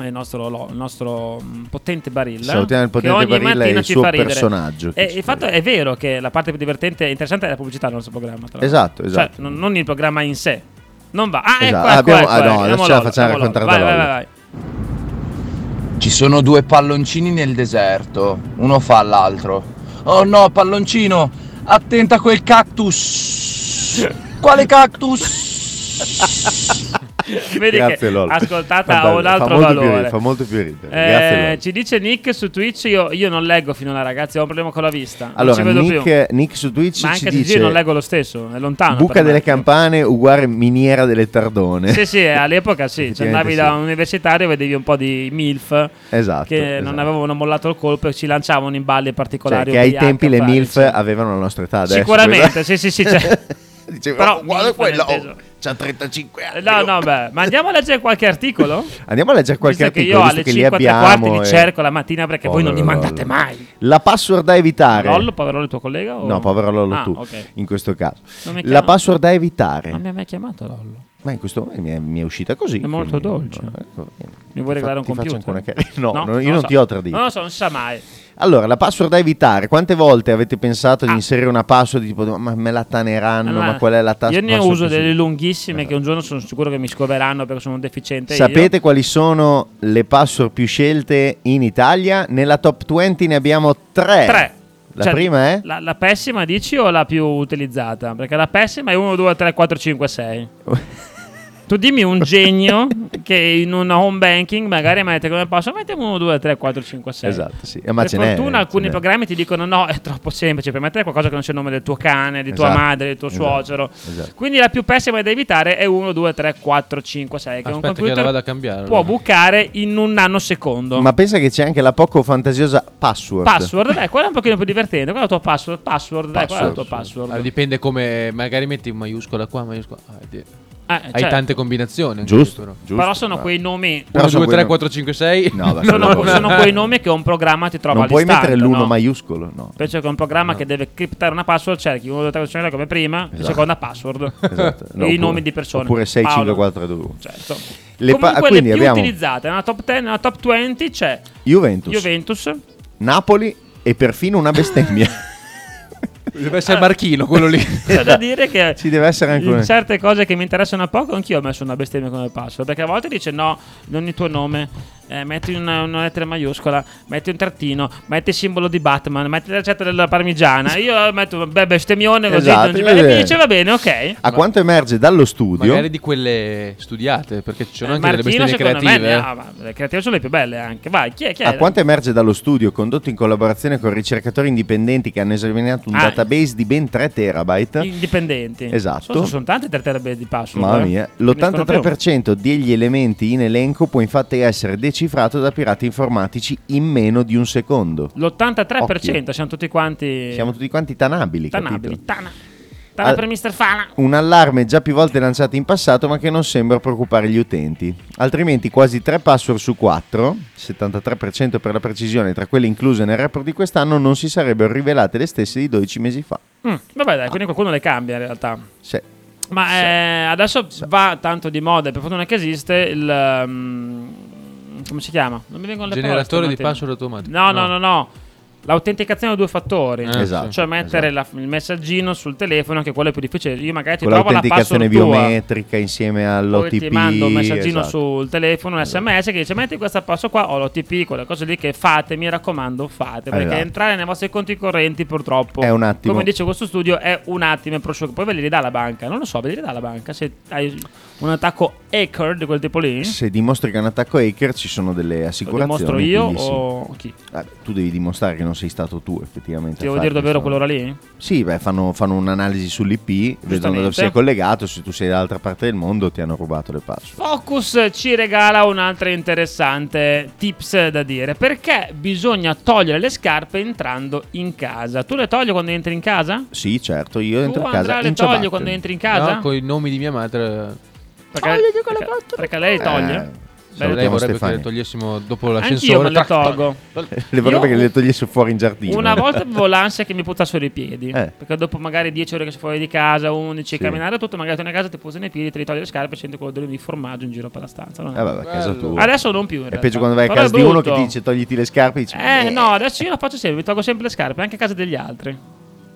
Speaker 5: eh, il nostro, lo- il nostro mm, potente Barilla.
Speaker 4: Salutiamo il
Speaker 5: che
Speaker 4: potente
Speaker 5: ogni
Speaker 4: Barilla e
Speaker 5: mattina
Speaker 4: il
Speaker 5: ci
Speaker 4: suo
Speaker 5: fa ridere.
Speaker 4: personaggio che
Speaker 5: E il fatto è vero che la parte più divertente e interessante è la pubblicità del nostro programma. tra l'altro.
Speaker 4: Esatto,
Speaker 5: Cioè,
Speaker 4: esatto.
Speaker 5: non, non il programma in sé. Non va. Ah,
Speaker 4: Esatto.
Speaker 5: ecco, ecco,
Speaker 4: Ah, abbiamo-
Speaker 5: ecco,
Speaker 4: ah,
Speaker 5: ecco,
Speaker 4: no, adesso
Speaker 5: abbiamo
Speaker 4: ce la
Speaker 5: Lola,
Speaker 4: facciamo
Speaker 5: abbiamo Lola.
Speaker 4: raccontare da
Speaker 5: Vai, vai,
Speaker 4: Lola.
Speaker 5: vai.
Speaker 16: Ci sono due palloncini nel deserto, uno fa all'altro. Oh no, palloncino, attenta a quel cactus! Quale cactus?
Speaker 5: Vedi
Speaker 4: Grazie,
Speaker 5: che
Speaker 4: Lola.
Speaker 5: ascoltata
Speaker 4: Guarda,
Speaker 5: ha un altro
Speaker 4: fa molto più
Speaker 5: valore.
Speaker 4: ridere, fa molto più ridere.
Speaker 5: Eh,
Speaker 4: Grazie, Lola.
Speaker 5: ci dice Nick su Twitch, io, io non leggo fino alla ragazzi, ho un problema con la vista. non
Speaker 4: Allora,
Speaker 5: ci vedo più.
Speaker 4: Nick, Nick su Twitch
Speaker 5: Ma
Speaker 4: ci
Speaker 5: anche se
Speaker 4: dice
Speaker 5: io non leggo lo stesso, è lontano.
Speaker 4: Buca
Speaker 5: per me.
Speaker 4: delle campane uguale miniera delle tardone.
Speaker 5: Sì, sì, all'epoca sì, cioè, andavi
Speaker 4: Effettivamente
Speaker 5: da
Speaker 4: sì.
Speaker 5: un universitario e vedevi un po' di MILF
Speaker 4: Esatto,
Speaker 5: che non
Speaker 4: esatto.
Speaker 5: avevano mollato il colpo e ci lanciavano in balli
Speaker 4: Cioè,
Speaker 5: particolari.
Speaker 4: che ai
Speaker 5: ubriache,
Speaker 4: tempi le
Speaker 5: fra-
Speaker 4: MILF esatto. avevano la nostra età adesso.
Speaker 5: Sicuramente,
Speaker 4: quella-
Speaker 5: sì, sì, sì. Cioè.
Speaker 7: Però guarda quello,
Speaker 5: nel senso-
Speaker 7: oh, c'ha 35 anni.
Speaker 5: No, no, beh, ma andiamo a leggere qualche articolo?
Speaker 4: oh. Andiamo a leggere qualche
Speaker 5: visto
Speaker 4: articolo, visto
Speaker 5: che
Speaker 4: che
Speaker 5: io
Speaker 4: li
Speaker 5: alle 5 e tre quarti
Speaker 4: abbiamo.
Speaker 5: vi
Speaker 4: e-
Speaker 5: cerco la mattina perché voi non li
Speaker 4: Povero
Speaker 5: mandate
Speaker 4: Lollo.
Speaker 5: mai.
Speaker 4: La password da evitare.
Speaker 5: Lollo, povero il tuo collega? o-
Speaker 4: No, povero Lollo
Speaker 5: Ah,
Speaker 4: tu, Eh.
Speaker 5: ok.
Speaker 4: in questo caso.
Speaker 5: Non mi chiama-
Speaker 4: La password da evitare.
Speaker 5: Non mi ha mai chiamato Lollo.
Speaker 4: Ma in questo momento mi è, mi è uscita così.
Speaker 5: È molto
Speaker 4: quindi-
Speaker 5: dolce.
Speaker 4: ecco, bene.
Speaker 5: Mi vuoi
Speaker 4: Ti fa-
Speaker 5: regalare un
Speaker 4: ti faccio
Speaker 5: computer?
Speaker 4: ancora una chiar- No, no, io
Speaker 5: lo
Speaker 4: non
Speaker 5: so.
Speaker 4: ti ho tradito.
Speaker 5: Non lo so, non si sa mai.
Speaker 4: Allora, la password da evitare. Quante volte avete pensato di inserire una password tipo ma me la taneranno,
Speaker 5: Ah. Allora,
Speaker 4: Ah, ma qual è la tassa?
Speaker 5: Io ne uso delle lunghissime che un giorno sono sicuro che mi scoveranno perché sono un deficiente.
Speaker 4: Eh. Sapete quali sono le password più scelte in Italia? Nella top 20 ne abbiamo tre.
Speaker 5: io. Tre.
Speaker 4: La
Speaker 5: Cioè,
Speaker 4: prima è?
Speaker 5: La, la pessima dici o la più utilizzata? Perché la pessima è 1, 2, 3, 4, 5, 6. Tu dimmi un genio che in una home banking magari mette come passo, mettiamo 1, 2, 3, 4, 5, 6.
Speaker 4: Esatto, sì. Eh, ma
Speaker 5: per
Speaker 4: ce n'è,
Speaker 5: fortuna
Speaker 4: ce
Speaker 5: alcuni
Speaker 4: n'è.
Speaker 5: programmi ti dicono no, è troppo semplice, per mettere qualcosa che non sia il nome del tuo cane, di tua
Speaker 4: Esatto,
Speaker 5: madre, del tuo
Speaker 4: esatto,
Speaker 5: suocero.
Speaker 4: esatto.
Speaker 5: Quindi la più pessima da evitare è 1, 2, 3, 4, 5, 6. Che un
Speaker 3: Aspetta che
Speaker 5: computer
Speaker 3: la vado a cambiare,
Speaker 5: può
Speaker 3: allora.
Speaker 5: bucare in un nanosecondo.
Speaker 4: Ma pensa che c'è anche la poco fantasiosa password.
Speaker 5: Password, dai, quella è un pochino più divertente. Qual è la tua password? Password, dai, qual è la tua
Speaker 3: Ah,
Speaker 5: password?
Speaker 3: dipende come, magari metti in maiuscola qua, maiuscola. ah, di-
Speaker 5: Ah,
Speaker 3: Hai
Speaker 5: cioè-
Speaker 3: tante combinazioni.
Speaker 4: Giusto, giusto.
Speaker 5: Però sono quei nomi.
Speaker 3: 1, 2, 3,
Speaker 4: quei-
Speaker 3: 4, 5, 6.
Speaker 4: No, beh,
Speaker 5: Sono, sono quei nomi che un programma ti trova
Speaker 4: Non puoi
Speaker 5: all'istante,
Speaker 4: mettere l'uno
Speaker 5: no?
Speaker 4: maiuscolo, no.
Speaker 5: Invece che un programma che deve criptare una password, cerchi 1, 2, 3, 4, 5 come prima, la
Speaker 4: Esatto.
Speaker 5: seconda password
Speaker 4: Esatto.
Speaker 5: e
Speaker 4: No,
Speaker 5: Eh, i
Speaker 4: oppure-
Speaker 5: nomi di persone.
Speaker 4: Oppure 6,
Speaker 5: Paolo.
Speaker 4: 5, 4, 2.
Speaker 5: Certo.
Speaker 4: Le pa-
Speaker 5: Comunque le
Speaker 4: quindi
Speaker 5: più
Speaker 4: abbiamo
Speaker 5: utilizzate, nella top 10, nella top 20 c'è
Speaker 4: Juventus,
Speaker 5: Juventus.
Speaker 4: Napoli e perfino una bestemmia.
Speaker 3: Deve essere Marchino quello lì.
Speaker 5: C'è da dire che
Speaker 4: Ci deve essere anche
Speaker 5: in
Speaker 4: una.
Speaker 5: certe cose che mi interessano a poco, anch'io ho messo una bestemmia come password. Perché a volte dice no, non il tuo nome. eh, metti una, una lettera maiuscola, metti un trattino, metti il simbolo di Batman, metti la ricetta della parmigiana. Io metto beh, bestemmione così.
Speaker 4: Esatto,
Speaker 5: non ci-
Speaker 4: così.
Speaker 5: e mi dice va bene, ok.
Speaker 4: A quanto emerge dallo studio,
Speaker 3: Magari di quelle studiate, perché ci sono anche
Speaker 5: Eh, Martino,
Speaker 3: delle bestemmie
Speaker 5: secondo
Speaker 3: creative. eh.
Speaker 5: me, ne ha, ma le creative sono le più belle anche. Vai, chi è? Chi è?
Speaker 4: eh. a quanto emerge dallo studio condotto in collaborazione con ricercatori indipendenti che hanno esaminato un
Speaker 5: Ah.
Speaker 4: database di ben 3 terabyte,
Speaker 5: Indipendenti.
Speaker 4: Esatto.
Speaker 5: Sono, sono tante terapie di password.
Speaker 4: Mamma
Speaker 5: eh.
Speaker 4: mia,
Speaker 5: Finiscono più.
Speaker 4: l'83% degli elementi in elenco può infatti essere decifrato da pirati informatici in meno di un secondo.
Speaker 5: L'83%
Speaker 4: Occhio.
Speaker 5: siamo tutti quanti.
Speaker 4: Siamo tutti quanti tanabili, capito?
Speaker 5: Eh. Tanabili, Tana. Tana
Speaker 4: Al-
Speaker 5: per Mr. Fala.
Speaker 4: Un allarme già più volte lanciato in passato ma che non sembra preoccupare gli utenti. Altrimenti quasi 3 password su 4, 73% per la precisione, tra quelle incluse nel report di quest'anno, non si sarebbero rivelate le stesse di 12 mesi fa.
Speaker 5: Mm, vabbè, dai, quindi qualcuno le cambia in realtà.
Speaker 4: Sì.
Speaker 5: Ma eh, adesso va tanto di moda, e per fortuna che esiste il. ehm, come si chiama? Non mi vengono le parole
Speaker 3: Generatore di
Speaker 5: stamattina.
Speaker 3: password automatico.
Speaker 5: No, no, no, no. L'autenticazione a due fattori,
Speaker 3: Eh, Esatto,
Speaker 5: cioè mettere la- il messaggino sul telefono, che quello è più difficile. Io magari ti
Speaker 4: Con
Speaker 5: trovo la password
Speaker 4: l'autenticazione
Speaker 5: tua,
Speaker 4: biometrica insieme
Speaker 5: poi
Speaker 4: all'OTP.
Speaker 5: ti mando un messaggino
Speaker 4: esatto.
Speaker 5: sul telefono, un sms che dice metti questa password qua, ho l'OTP, quelle cose lì che fate, mi raccomando, fate, perché
Speaker 4: Esatto.
Speaker 5: entrare nei vostri conti correnti purtroppo
Speaker 4: È un attimo.
Speaker 5: come dice questo studio, è un attimo. è prosciugo. Poi ve li ridà la banca. Non lo so, ve li ridà la banca se hai un attacco Eckerd, quel tipo lì.
Speaker 4: Se dimostri che è un attacco hacker ci sono delle assicurazioni.
Speaker 5: dimostro io
Speaker 4: quindi sì.
Speaker 5: o chi?
Speaker 4: Ah, tu devi dimostrare che non sei stato tu effettivamente.
Speaker 5: Ti
Speaker 4: a
Speaker 5: devo dire
Speaker 4: farlo,
Speaker 5: davvero
Speaker 4: insomma.
Speaker 5: quell'ora lì?
Speaker 4: Sì, beh, fanno, fanno un'analisi sull'IP, vedono dove
Speaker 5: Giustamente.
Speaker 4: sei collegato, se tu sei dall'altra parte del mondo ti hanno rubato le password.
Speaker 5: Focus ci regala un'altra interessante tips da dire. Perché bisogna togliere le scarpe entrando in casa? Tu le togli quando entri in casa?
Speaker 4: Sì, certo, io entro a
Speaker 5: Andrea,
Speaker 4: casa
Speaker 5: le
Speaker 4: in
Speaker 5: togli
Speaker 4: ciabatte.
Speaker 5: quando entri in casa?
Speaker 3: No, con i nomi di mia madre.
Speaker 5: Perché, perché- perché lei
Speaker 4: Eh,
Speaker 5: toglie?
Speaker 4: salutiamo
Speaker 3: lei vorrebbe
Speaker 4: Stefania. Eh,
Speaker 3: che le togliessimo dopo
Speaker 5: Anch'io
Speaker 3: l'ascensore.
Speaker 5: me le
Speaker 3: tac, tac.
Speaker 5: tolgo.
Speaker 4: Le vorrebbe
Speaker 5: Io
Speaker 4: che le togliesse fuori in giardino.
Speaker 5: Una volta avevo l'ansia che mi putassero i piedi.
Speaker 4: Eh.
Speaker 5: Perché dopo magari 10 ore che sei fuori di casa, 11,
Speaker 4: Sì.
Speaker 5: camminare tutto, magari torni a casa, ti posano i piedi, ti togli le scarpe, senti quello di formaggio in giro per la stanza. non è?
Speaker 4: Eh, vabbè, a casa tua.
Speaker 5: Adesso non più. in
Speaker 4: È
Speaker 5: realtà.
Speaker 4: peggio quando vai a
Speaker 5: Però è
Speaker 4: casa di uno che
Speaker 5: brutto.
Speaker 4: ti dice togliti le scarpe e dici
Speaker 5: Eh, no, adesso io la faccio sempre, mi tolgo sempre le scarpe, anche a casa degli altri.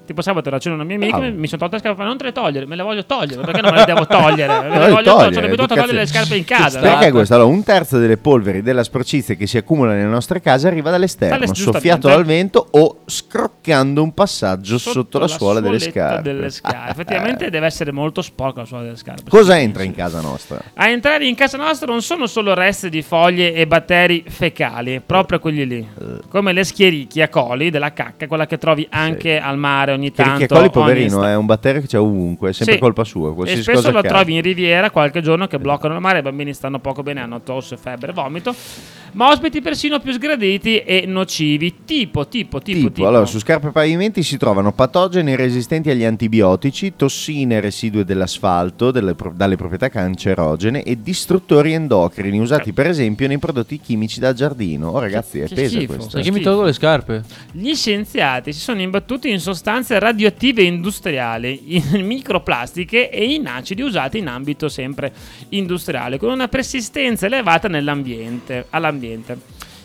Speaker 5: Tipo sabato ero a cena una mia amica,
Speaker 4: Bravo.
Speaker 5: mi sono tolto le scarpe, ma non te le togliere, me le voglio togliere, perché non me le devo togliere? Me Eh, le
Speaker 4: No, le
Speaker 5: voglio togliere,
Speaker 4: togliere,
Speaker 5: sono abituato a togliere le
Speaker 4: educazione.
Speaker 5: scarpe in casa.
Speaker 4: Perché questo? Allora, un terzo delle polveri della sporcizia che si accumula nelle nostre case arriva dall'esterno,
Speaker 5: Dalle- giustamente.
Speaker 4: soffiato dal vento o scroccando un passaggio sotto, la, suola delle
Speaker 5: suoletta
Speaker 4: scarpe.
Speaker 5: delle scarpe. Effettivamente deve essere molto sporca la suola delle scarpe.
Speaker 4: Eh, Cosa entra in casa nostra?
Speaker 5: A entrare in casa nostra non sono solo resti di foglie e batteri fecali, proprio quelli lì.
Speaker 4: Eh.
Speaker 5: Come le schiericchia coli della cacca, quella che trovi anche al mare ogni tanto.
Speaker 4: Perché Coli,
Speaker 5: ogni
Speaker 4: poverino,
Speaker 5: istante.
Speaker 4: è un batterio che c'è ovunque, è sempre
Speaker 5: Sì.
Speaker 4: colpa sua.
Speaker 5: E
Speaker 4: Qualsiasi
Speaker 5: spesso
Speaker 4: cosa
Speaker 5: la
Speaker 4: accade. Eh.
Speaker 5: trovi in riviera qualche giorno che bloccano il mare, i bambini stanno poco bene, hanno tosse, febbre, vomito. Ma ospiti persino più sgraditi e nocivi, tipo, tipo, tipo, tipo.
Speaker 4: Tipo, allora, su scarpe e pavimenti si trovano patogeni resistenti agli antibiotici, tossine residue dell'asfalto delle pro- dalle proprietà cancerogene e distruttori endocrini usati per esempio nei prodotti chimici da giardino. Oh ragazzi, è
Speaker 5: che
Speaker 4: pesa
Speaker 5: schifo,
Speaker 4: questo.
Speaker 5: che Perché mi schifo.
Speaker 3: le scarpe?
Speaker 5: Gli scienziati si sono imbattuti in sostanze radioattive industriali, in microplastiche e in acidi usati in ambito sempre industriale, con una persistenza elevata nell'ambiente, all'ambiente.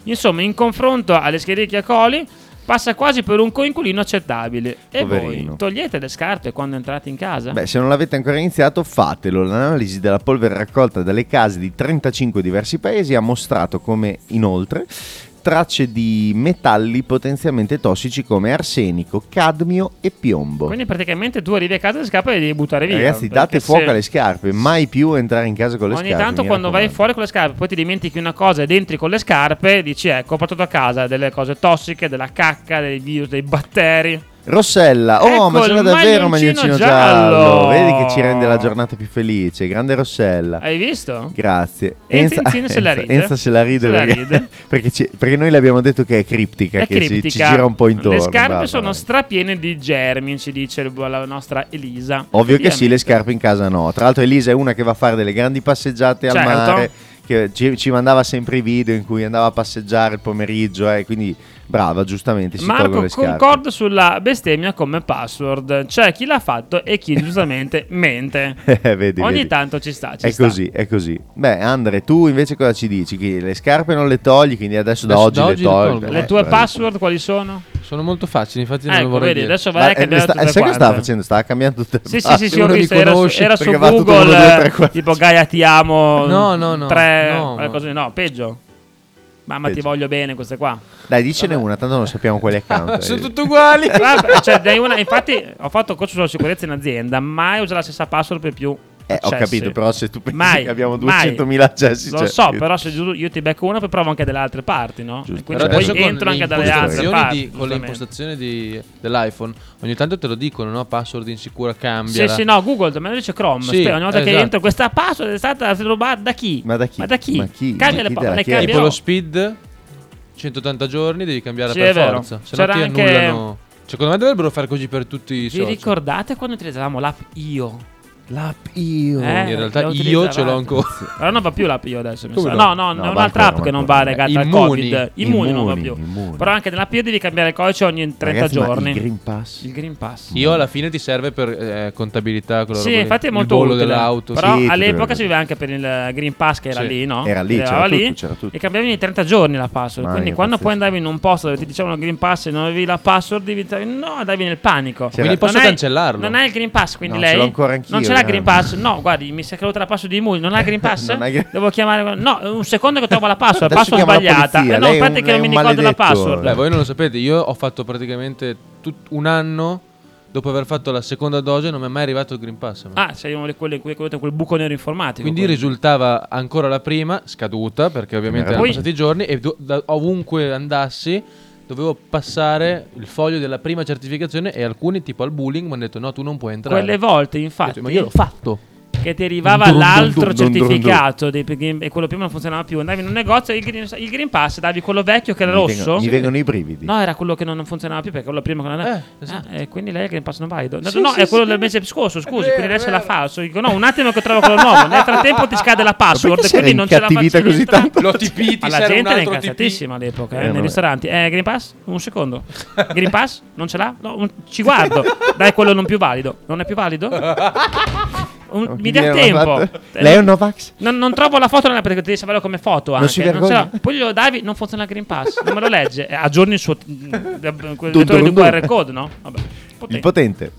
Speaker 5: Insomma, in confronto alle schiericchia coli, passa quasi per un coinculino accettabile. E
Speaker 4: Poverino.
Speaker 5: voi togliete le scarpe quando entrate in casa?
Speaker 4: Beh, se non l'avete ancora iniziato, fatelo. L'analisi della polvere raccolta dalle case di 35 diversi paesi ha mostrato come, inoltre, tracce di metalli potenzialmente tossici come arsenico, cadmio e piombo.
Speaker 5: Quindi praticamente tu arrivi a casa le scarpe le devi buttare via.
Speaker 4: Ragazzi,
Speaker 5: perché
Speaker 4: date fuoco
Speaker 5: se-
Speaker 4: alle scarpe, mai più entrare in casa con le
Speaker 5: Ogni
Speaker 4: scarpe.
Speaker 5: tanto
Speaker 4: mi
Speaker 5: quando vai
Speaker 4: raccomando.
Speaker 5: fuori con le scarpe, poi ti dimentichi una cosa ed entri con le scarpe, dici ecco, ho portato a casa delle cose tossiche, della cacca, dei virus, dei batteri.
Speaker 4: Rossella, oh,
Speaker 5: Ecco
Speaker 4: ma c'era
Speaker 5: il
Speaker 4: davvero un
Speaker 5: maglioncino
Speaker 4: maglioncino
Speaker 5: giallo.
Speaker 4: giallo. Vedi che ci rende la giornata più felice. Grande Rossella.
Speaker 5: Hai visto?
Speaker 4: Grazie.
Speaker 5: Eh. Enza- Enzini se la ride.
Speaker 4: Enza se la ride
Speaker 5: Se la
Speaker 4: perché,
Speaker 5: ride.
Speaker 4: perché ci- perché noi le abbiamo detto che è criptica,
Speaker 5: È
Speaker 4: che ci-
Speaker 5: criptica.
Speaker 4: Ci, gira un po' intorno.
Speaker 5: Le scarpe
Speaker 4: Barbara.
Speaker 5: sono strapiene di germi, ci dice la nostra Elisa.
Speaker 4: Ovvio che sì,
Speaker 5: Effettivamente.
Speaker 4: le scarpe in casa no. Tra l'altro Elisa è una che va a fare delle grandi passeggiate al
Speaker 5: Certo.
Speaker 4: mare, che ci, ci mandava sempre i video in cui andava a passeggiare il pomeriggio, eh, quindi brava, giustamente si tolgono
Speaker 5: Marco,
Speaker 4: le scarpe.
Speaker 5: concordo sulla bestemmia come password. C'è chi l'ha fatto e chi giustamente mente.
Speaker 4: Eh, vedi,
Speaker 5: Ogni
Speaker 4: vedi.
Speaker 5: tanto ci sta, ci
Speaker 4: è
Speaker 5: sta.
Speaker 4: così, è così. Beh, Andre, tu invece cosa ci dici? Che le scarpe non le togli, quindi adesso da
Speaker 3: Adesso
Speaker 4: oggi
Speaker 3: da
Speaker 4: le
Speaker 3: oggi le
Speaker 4: togli.
Speaker 3: tolgo.
Speaker 5: Le
Speaker 4: Eh,
Speaker 5: tue
Speaker 4: bravo.
Speaker 5: password quali sono?
Speaker 3: Sono molto facili, infatti non
Speaker 5: Ecco,
Speaker 3: lo vorrei
Speaker 5: vedi,
Speaker 3: dire.
Speaker 5: adesso vai a
Speaker 4: Ma, eh, le
Speaker 5: cambiare
Speaker 4: sta-
Speaker 5: tutte
Speaker 4: sai cosa
Speaker 5: quante.
Speaker 4: stava facendo? Stava cambiando tutte le
Speaker 5: Sì, sì,
Speaker 4: password.
Speaker 5: sì, sì, ho
Speaker 3: uno li
Speaker 5: visto, era su,
Speaker 3: conosce,
Speaker 5: era su
Speaker 4: perché va tutto
Speaker 5: Google,
Speaker 4: uno, due, tre,
Speaker 5: eh,
Speaker 4: quattro.
Speaker 5: tipo Gaia ti amo,
Speaker 3: No, no, no,
Speaker 5: tre,
Speaker 3: no,
Speaker 5: quelle
Speaker 3: no.
Speaker 5: cose, no, peggio. Mamma ti
Speaker 4: Peggio.
Speaker 5: voglio bene queste qua.
Speaker 4: Dai, dicene una, tanto non sappiamo quale account.
Speaker 3: Sono tutti uguali.
Speaker 5: Vabbè, cioè, dai una- infatti ho fatto corso sulla sicurezza in azienda, mai uso la stessa password per più
Speaker 4: Eh, ho
Speaker 5: accessi.
Speaker 4: capito, però se tu pensi
Speaker 5: Mai,
Speaker 4: che abbiamo
Speaker 5: mai.
Speaker 4: 200.000 accessi,
Speaker 5: Lo
Speaker 4: cioè-
Speaker 5: so, però se giù io ti becco una poi provo anche dalle altre parti, no? E
Speaker 4: Giusto.
Speaker 5: Quindi
Speaker 4: Però adesso
Speaker 5: poi entro anche dalle altre parti.
Speaker 3: impostazioni di- con le
Speaker 5: giustamente.
Speaker 3: impostazioni di- dell'iPhone, ogni tanto te lo dicono, no? Password insicura, cambia.
Speaker 5: Sì, sì, no, Google me lo dice Chrome.
Speaker 3: Sì,
Speaker 5: Aspetta, ogni volta che
Speaker 3: esatto.
Speaker 5: entro questa password è stata rubata da chi?
Speaker 4: Ma da chi?
Speaker 5: Ma da chi?
Speaker 4: Ma chi?
Speaker 5: Cambia le
Speaker 4: Ma chi
Speaker 5: pa-
Speaker 4: te la
Speaker 5: le
Speaker 4: chiede?
Speaker 5: cambia-
Speaker 3: Tipo lo speed, 180 giorni, devi cambiare
Speaker 5: Sì, è
Speaker 3: per
Speaker 5: vero.
Speaker 3: forza. Se no
Speaker 5: C'era
Speaker 3: ti
Speaker 5: anche-
Speaker 3: annullano. Secondo me dovrebbero fare così per tutti i
Speaker 5: Vi
Speaker 3: social.
Speaker 5: ricordate quando utilizzavamo l'app Io?
Speaker 4: L'app io.
Speaker 5: Eh,
Speaker 3: In realtà
Speaker 5: la
Speaker 3: io ce
Speaker 5: utilizzavate.
Speaker 3: l'ho ancora.
Speaker 5: Però non va più l'app Io adesso. mi
Speaker 3: Come
Speaker 5: sa.
Speaker 3: no?
Speaker 5: No, no,
Speaker 4: No,
Speaker 5: è
Speaker 4: va
Speaker 5: un'altra
Speaker 4: ancora,
Speaker 5: app
Speaker 4: va
Speaker 5: che non
Speaker 4: ancora.
Speaker 5: va legata al
Speaker 3: Immuni.
Speaker 5: Covid. Immuni non va
Speaker 4: Immuni,
Speaker 5: più.
Speaker 4: immuni.
Speaker 5: Però anche nell'app Io devi cambiare il codice ogni 30
Speaker 4: Ragazzi, ma
Speaker 5: giorni.
Speaker 4: il Green Pass?
Speaker 5: Il Green Pass.
Speaker 3: Io alla fine ti serve per eh, contabilità. quella
Speaker 5: Sì,
Speaker 3: roba lì.
Speaker 5: infatti è
Speaker 3: Il
Speaker 5: molto
Speaker 3: volo
Speaker 5: utile.
Speaker 3: dell'auto.
Speaker 5: Però
Speaker 4: Sì,
Speaker 5: all'epoca
Speaker 4: tutto
Speaker 5: si viveva anche per il Green Pass che era
Speaker 3: Sì.
Speaker 5: lì, no?
Speaker 4: Era lì,
Speaker 5: Si
Speaker 4: c'era
Speaker 5: lì
Speaker 4: tutto, c'era tutto.
Speaker 5: E cambiavi ogni 30 giorni la password.
Speaker 4: Mamma
Speaker 5: Quindi
Speaker 4: mia,
Speaker 5: quando poi
Speaker 4: pazzesco.
Speaker 5: andavi in un posto dove ti dicevano Green Pass e non avevi la password, diventavi no, andavi nel panico.
Speaker 3: Quindi posso
Speaker 5: Non hai-
Speaker 3: cancellarlo?
Speaker 5: Non hai il Green Pass, quindi
Speaker 4: No,
Speaker 5: lei
Speaker 4: ce l'ho ancora anch'io,
Speaker 5: Non ce l'ha il Green Pass.
Speaker 4: veramente.
Speaker 5: No, guardi, mi si è caduta la password di Mui, non ha il Green Pass?
Speaker 4: Non hai-
Speaker 5: Devo chiamare No, un secondo che trovo la password, la
Speaker 4: Adesso
Speaker 5: password
Speaker 4: chiama la
Speaker 5: sbagliata.
Speaker 4: polizia,
Speaker 5: Eh no,
Speaker 4: lei è
Speaker 5: aspetta
Speaker 4: un-
Speaker 5: che non
Speaker 4: è
Speaker 5: mi
Speaker 4: un
Speaker 5: ricordo la
Speaker 4: maledetto.
Speaker 5: password.
Speaker 3: Beh, voi non lo sapete, io ho fatto praticamente tut- un anno dopo aver fatto la seconda dose non mi è mai arrivato il Green Pass. a me.
Speaker 5: Ah, sei uno di quelli in cui avete quel buco nero informatico.
Speaker 3: Quindi
Speaker 5: quello.
Speaker 3: risultava ancora la prima, scaduta, perché ovviamente erano
Speaker 5: Poi-
Speaker 3: passati i giorni, e do- da- ovunque andassi dovevo passare il foglio della prima certificazione e alcuni, tipo al bullying, mi hanno detto no, tu non puoi entrare.
Speaker 5: Quelle volte, infatti,
Speaker 3: Ho detto, Cioè, Ma io l'ho fatto.
Speaker 5: Che ti arrivava
Speaker 3: Dun dun
Speaker 5: l'altro
Speaker 3: dun dun dun
Speaker 5: certificato dei green- e quello prima non funzionava più. Andavi in un negozio, il green, il green pass, davi quello vecchio che era
Speaker 4: Mi
Speaker 5: rosso.
Speaker 4: vengono- mi vengono i brividi.
Speaker 5: No, era quello che non non funzionava più perché quello prima che non andava. Ah, eh, quindi lei ha il green pass non valido. No,
Speaker 15: esatto. Sì,
Speaker 5: no,
Speaker 15: sì,
Speaker 5: è
Speaker 15: sì,
Speaker 5: quello
Speaker 15: sì.
Speaker 5: del mese scorso, scusi,
Speaker 15: vero,
Speaker 5: quindi adesso
Speaker 15: è
Speaker 5: la
Speaker 15: vero.
Speaker 5: falso. Dico, no, un attimo che trovo quello nuovo. Nel frattempo ti scade la password,
Speaker 4: si era
Speaker 5: quindi non ce la
Speaker 4: incattivita
Speaker 5: faccio
Speaker 4: così
Speaker 5: niente.
Speaker 4: tanto?
Speaker 5: Ma la gente era incazzatissima all'epoca, eh,
Speaker 4: Eh,
Speaker 5: nei
Speaker 4: vabbè.
Speaker 5: ristoranti. Eh, Green Pass? Un secondo. Green Pass? Non ce l'ha? No, un- ci guardo. Dai, quello non più valido. Non è più valido? Un-
Speaker 4: Oh,
Speaker 5: mi dia
Speaker 4: gliel'hanno
Speaker 5: tempo. Eh,
Speaker 4: fatto. Lei è un Novax?
Speaker 5: Non, non trovo la foto nella perché devi saperlo come foto
Speaker 4: Non
Speaker 5: anche.
Speaker 4: si
Speaker 5: ce
Speaker 4: vergogna?
Speaker 5: l'ho. Poi glielo davi, non funziona il Green Pass. Non me lo legge. Eh, Aggiorni il suo eh, quel lettore
Speaker 4: Dun,
Speaker 5: di
Speaker 4: dun, dun.
Speaker 5: QR code, no? Vabbè.
Speaker 4: Il potente.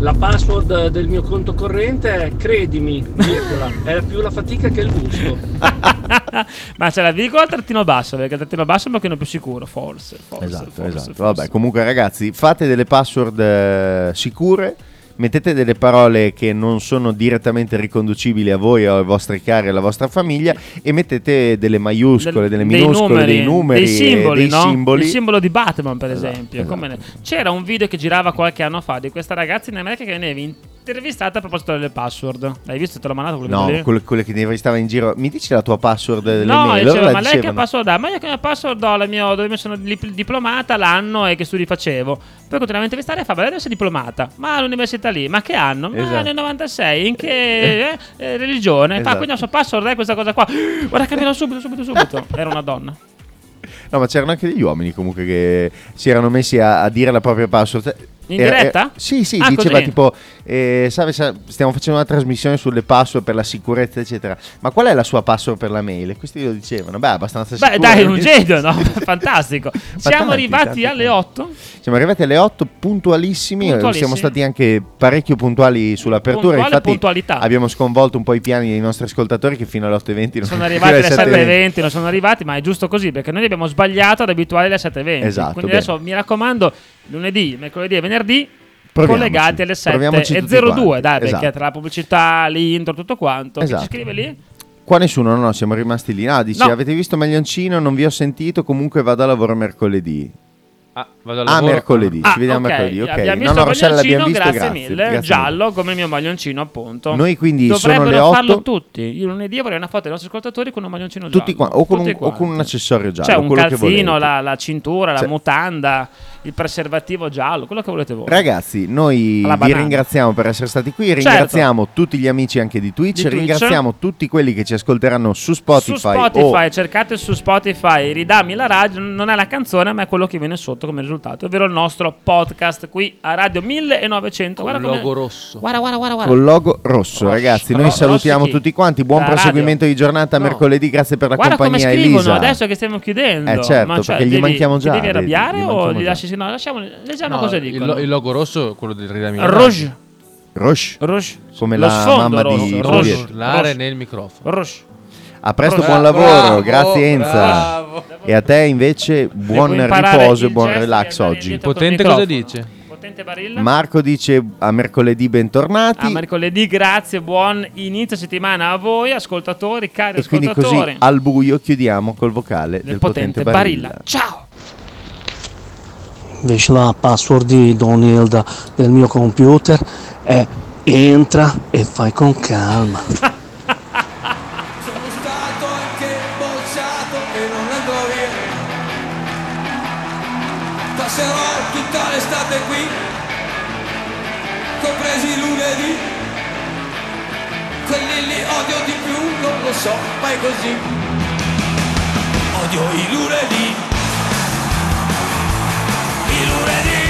Speaker 15: La password del mio conto corrente è credimi, virgola, è più la fatica che il gusto.
Speaker 5: Ma c'è la virgola al trattino basso, perché il trattino basso è un pochino più sicuro, forse. forse
Speaker 4: Esatto,
Speaker 5: forse,
Speaker 4: esatto.
Speaker 5: forse.
Speaker 4: Vabbè, comunque ragazzi, fate delle password eh, sicure, mettete delle parole che non sono direttamente riconducibili a voi o ai vostri cari, alla vostra famiglia e mettete delle maiuscole, delle
Speaker 5: dei
Speaker 4: minuscole,
Speaker 5: numeri,
Speaker 4: dei numeri,
Speaker 5: dei simboli,
Speaker 4: eh, dei
Speaker 5: no?
Speaker 4: simboli.
Speaker 5: il simbolo di Batman per esempio
Speaker 4: esatto.
Speaker 5: Come ne- c'era un video che girava qualche anno fa di questa ragazza in America che veniva intervistata a proposito delle password l'hai visto te l'ho mandato quello
Speaker 4: No,
Speaker 5: video lì?
Speaker 4: quello, quello che ne stava in giro. Mi dici la tua password delle
Speaker 5: No,
Speaker 4: mail?
Speaker 5: diceva,
Speaker 4: Allora
Speaker 5: ma lei che
Speaker 4: dicevano,
Speaker 5: password ha? Ma io che password ho la mia, dove mi sono li- diplomata l'anno e che studi facevo. Poi continuavo a intervistare e fa, ma lei dove sei diplomata? Ma all'università lì, ma che anno? Ma
Speaker 4: Esatto.
Speaker 5: nel 96, in che eh, eh, religione? Fa,
Speaker 4: Esatto.
Speaker 5: quindi la sua password è questa cosa qua. Guarda, capirò subito, subito, subito. Era una donna.
Speaker 4: No, ma c'erano anche degli uomini comunque che si erano messi a, a dire la propria password. Cioè, eh,
Speaker 5: In diretta?
Speaker 4: sì, sì,
Speaker 5: Ah,
Speaker 4: diceva
Speaker 5: così.
Speaker 4: tipo, eh, salve, sa- stiamo facendo una trasmissione sulle password per la sicurezza, eccetera. Ma qual è la sua password per la mail? E questi lo dicevano, beh, abbastanza
Speaker 5: Beh,
Speaker 4: sicura.
Speaker 5: dai, un genio, no? Fantastico. Siamo
Speaker 4: tanti,
Speaker 5: arrivati
Speaker 4: tanti,
Speaker 5: alle 8.
Speaker 4: Siamo arrivati alle 8 puntualissimi, eh,
Speaker 5: Puntualissimi.
Speaker 4: siamo stati anche parecchio puntuali sull'apertura,
Speaker 5: Puntuale
Speaker 4: infatti
Speaker 5: puntualità.
Speaker 4: abbiamo sconvolto un po' i piani dei nostri ascoltatori che fino alle 8.20 non
Speaker 5: Sono arrivati alle
Speaker 4: 7:20.
Speaker 5: 7.20, non sono arrivati, ma è giusto così perché noi abbiamo sbagliato ad abituare alle 7.20.
Speaker 4: Esatto,
Speaker 5: Quindi
Speaker 4: bene.
Speaker 5: adesso mi raccomando, lunedì, mercoledì e venerdì.
Speaker 4: Proviamoci,
Speaker 5: collegati alle
Speaker 4: proviamoci
Speaker 5: 7 e
Speaker 4: tutti
Speaker 5: 02
Speaker 4: quanti,
Speaker 5: dai perché
Speaker 4: esatto.
Speaker 5: tra la pubblicità l'intro tutto quanto chi
Speaker 4: Esatto.
Speaker 5: ci scrive lì
Speaker 4: Qua nessuno, no, no, siamo rimasti lì. No, dice,
Speaker 5: No.
Speaker 4: avete visto Maglioncino, non vi ho sentito, comunque vado a lavoro mercoledì.
Speaker 3: Ah, vado al
Speaker 4: Ah,
Speaker 3: lavoro.
Speaker 4: mercoledì,
Speaker 5: Ah,
Speaker 4: ci vediamo
Speaker 5: ok,
Speaker 4: mercoledì. Ok,
Speaker 5: abbiamo
Speaker 4: no,
Speaker 5: visto
Speaker 4: no,
Speaker 5: il
Speaker 4: Rossella, l'abbiamo
Speaker 5: maglioncino
Speaker 4: visto,
Speaker 5: grazie,
Speaker 4: grazie.
Speaker 5: mille
Speaker 4: grazie
Speaker 5: giallo come il mio maglioncino appunto
Speaker 4: Noi quindi sono
Speaker 5: dovrebbero
Speaker 4: le otto.
Speaker 5: farlo tutti io lunedì avrei una foto dei nostri ascoltatori con un maglioncino giallo
Speaker 4: Tutti qua, o con,
Speaker 5: Tutti
Speaker 4: un, o
Speaker 5: quanti.
Speaker 4: con un accessorio giallo,
Speaker 5: Cioè, un
Speaker 4: quello che
Speaker 5: calzino,
Speaker 4: volete.
Speaker 5: la, la cintura, la
Speaker 4: Cioè-
Speaker 5: mutanda, il preservativo giallo, quello che volete voi.
Speaker 4: Ragazzi, noi
Speaker 5: Alla
Speaker 4: vi
Speaker 5: banana.
Speaker 4: ringraziamo per essere stati qui,
Speaker 5: Certo.
Speaker 4: ringraziamo tutti gli amici anche di Twitch,
Speaker 5: Di Twitch.
Speaker 4: ringraziamo tutti quelli che ci ascolteranno su Spotify. oh.
Speaker 5: su Spotify,
Speaker 4: o-
Speaker 5: cercate su Spotify, ridami la radio, non è la canzone, ma è quello che viene sotto come risultato, ovvero il nostro podcast qui a Radio 1900. Guarda
Speaker 3: Con
Speaker 5: come-
Speaker 3: logo rosso.
Speaker 5: Guarda, guarda, guarda, guarda.
Speaker 4: Col logo rosso, ragazzi, noi
Speaker 5: Ro-
Speaker 4: salutiamo
Speaker 5: Rossi chi?
Speaker 4: tutti quanti. Buon
Speaker 5: La
Speaker 4: proseguimento
Speaker 5: radio.
Speaker 4: di giornata. Mercoledì, grazie per la
Speaker 5: Guarda come
Speaker 4: compagnia,
Speaker 5: scrivono
Speaker 4: Elisa.
Speaker 5: adesso che stiamo chiudendo.
Speaker 4: Eh, certo,
Speaker 5: ma cioè,
Speaker 4: perché gli
Speaker 5: devi-
Speaker 4: manchiamo già,
Speaker 5: Ti devi
Speaker 4: vedi,
Speaker 5: arrabbiare
Speaker 4: gli
Speaker 5: o
Speaker 4: manchiamo
Speaker 5: gli
Speaker 4: già.
Speaker 5: lasci? No, lasciamo, leggiamo
Speaker 3: No,
Speaker 5: cosa
Speaker 3: il,
Speaker 5: dicono.
Speaker 3: lo- il logo rosso è quello del Ridami la radio.
Speaker 5: Rouge.
Speaker 4: Roche.
Speaker 5: Roche.
Speaker 4: Come
Speaker 5: Lo
Speaker 4: la
Speaker 5: sfondo
Speaker 4: mamma
Speaker 5: rosso,
Speaker 4: di
Speaker 5: rosso,
Speaker 4: Roger.
Speaker 5: rosso.
Speaker 3: Urlare nel microfono.
Speaker 5: Roche.
Speaker 4: A presto,
Speaker 5: Roche.
Speaker 4: buon lavoro,
Speaker 3: Bravo,
Speaker 4: grazie Enza.
Speaker 3: bravo.
Speaker 4: E a te invece buon
Speaker 3: Devo imparare
Speaker 4: riposo e
Speaker 3: il
Speaker 4: buon
Speaker 3: gesto di
Speaker 4: relax oggi.
Speaker 3: Potente cosa dice?
Speaker 5: Potente Barilla.
Speaker 4: Marco dice a mercoledì bentornati.
Speaker 5: A mercoledì, grazie, buon inizio settimana a voi, ascoltatori, cari
Speaker 4: e quindi
Speaker 5: ascoltatori.
Speaker 4: così al buio chiudiamo col vocale del,
Speaker 5: potente
Speaker 4: potente,
Speaker 5: Barilla.
Speaker 4: Barilla.
Speaker 5: Ciao!
Speaker 17: Invece la password di Donilda del mio computer è entra e fai con calma.
Speaker 11: Sono stato anche bocciato e non andrò via. Passerò tutta l'estate qui, compresi i lunedì. Quelli li odio di più, non lo so, ma è così. Odio i lunedì. I lunedì.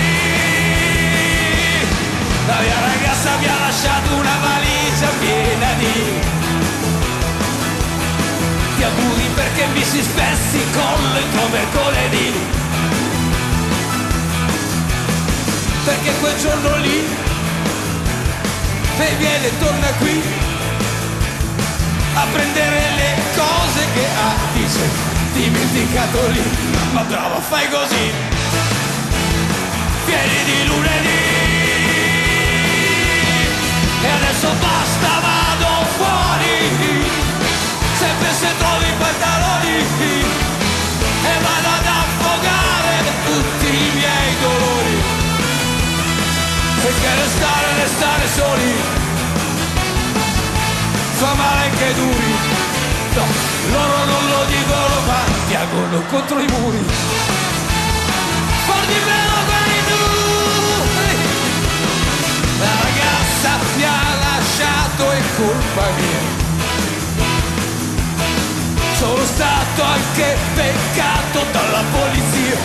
Speaker 11: La mia ragazza mi ha lasciato una valigia piena di ti auguri perché mi si spessi con le tuo mercoledì perché quel giorno lì lei viene e torna qui a prendere le cose che ha dice dimenticato lì ma brava fai così pieni di lunedì E adesso basta vado fuori Sempre se trovi i pantaloni E vado ad affogare tutti i miei dolori Perché restare, restare soli Fa male che duri No, loro non lo dicono ma piangono contro i muri Guardi però guardi tu La ragazza mi ha lasciato in colpa mia Sono stato anche beccato dalla polizia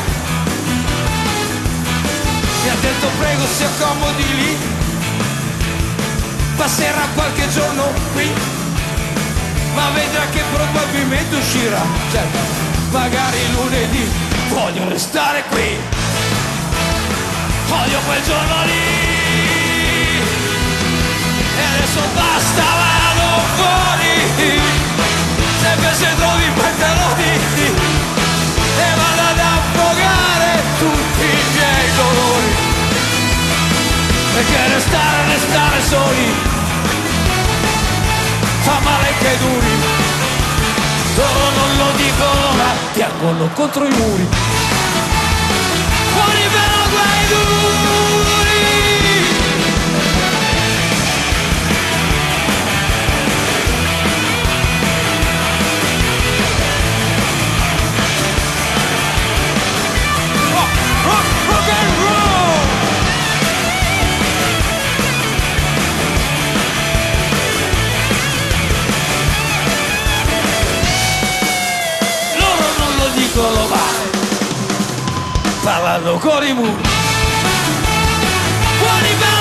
Speaker 11: Mi ha detto prego si accomodi lì Passerà qualche giorno qui Ma vedrà che probabilmente uscirà Certo, magari lunedì Voglio restare qui Voglio quel giorno lì E adesso basta vado fuori Sempre se trovi i pantaloni E vado ad affogare tutti i miei dolori Perché restare, restare soli Fa male che duri Loro non lo dicono ma piangono contro i muri Fuori però guai duri Oh, Loro non lo dicono mai Parlano con i muri Fuori però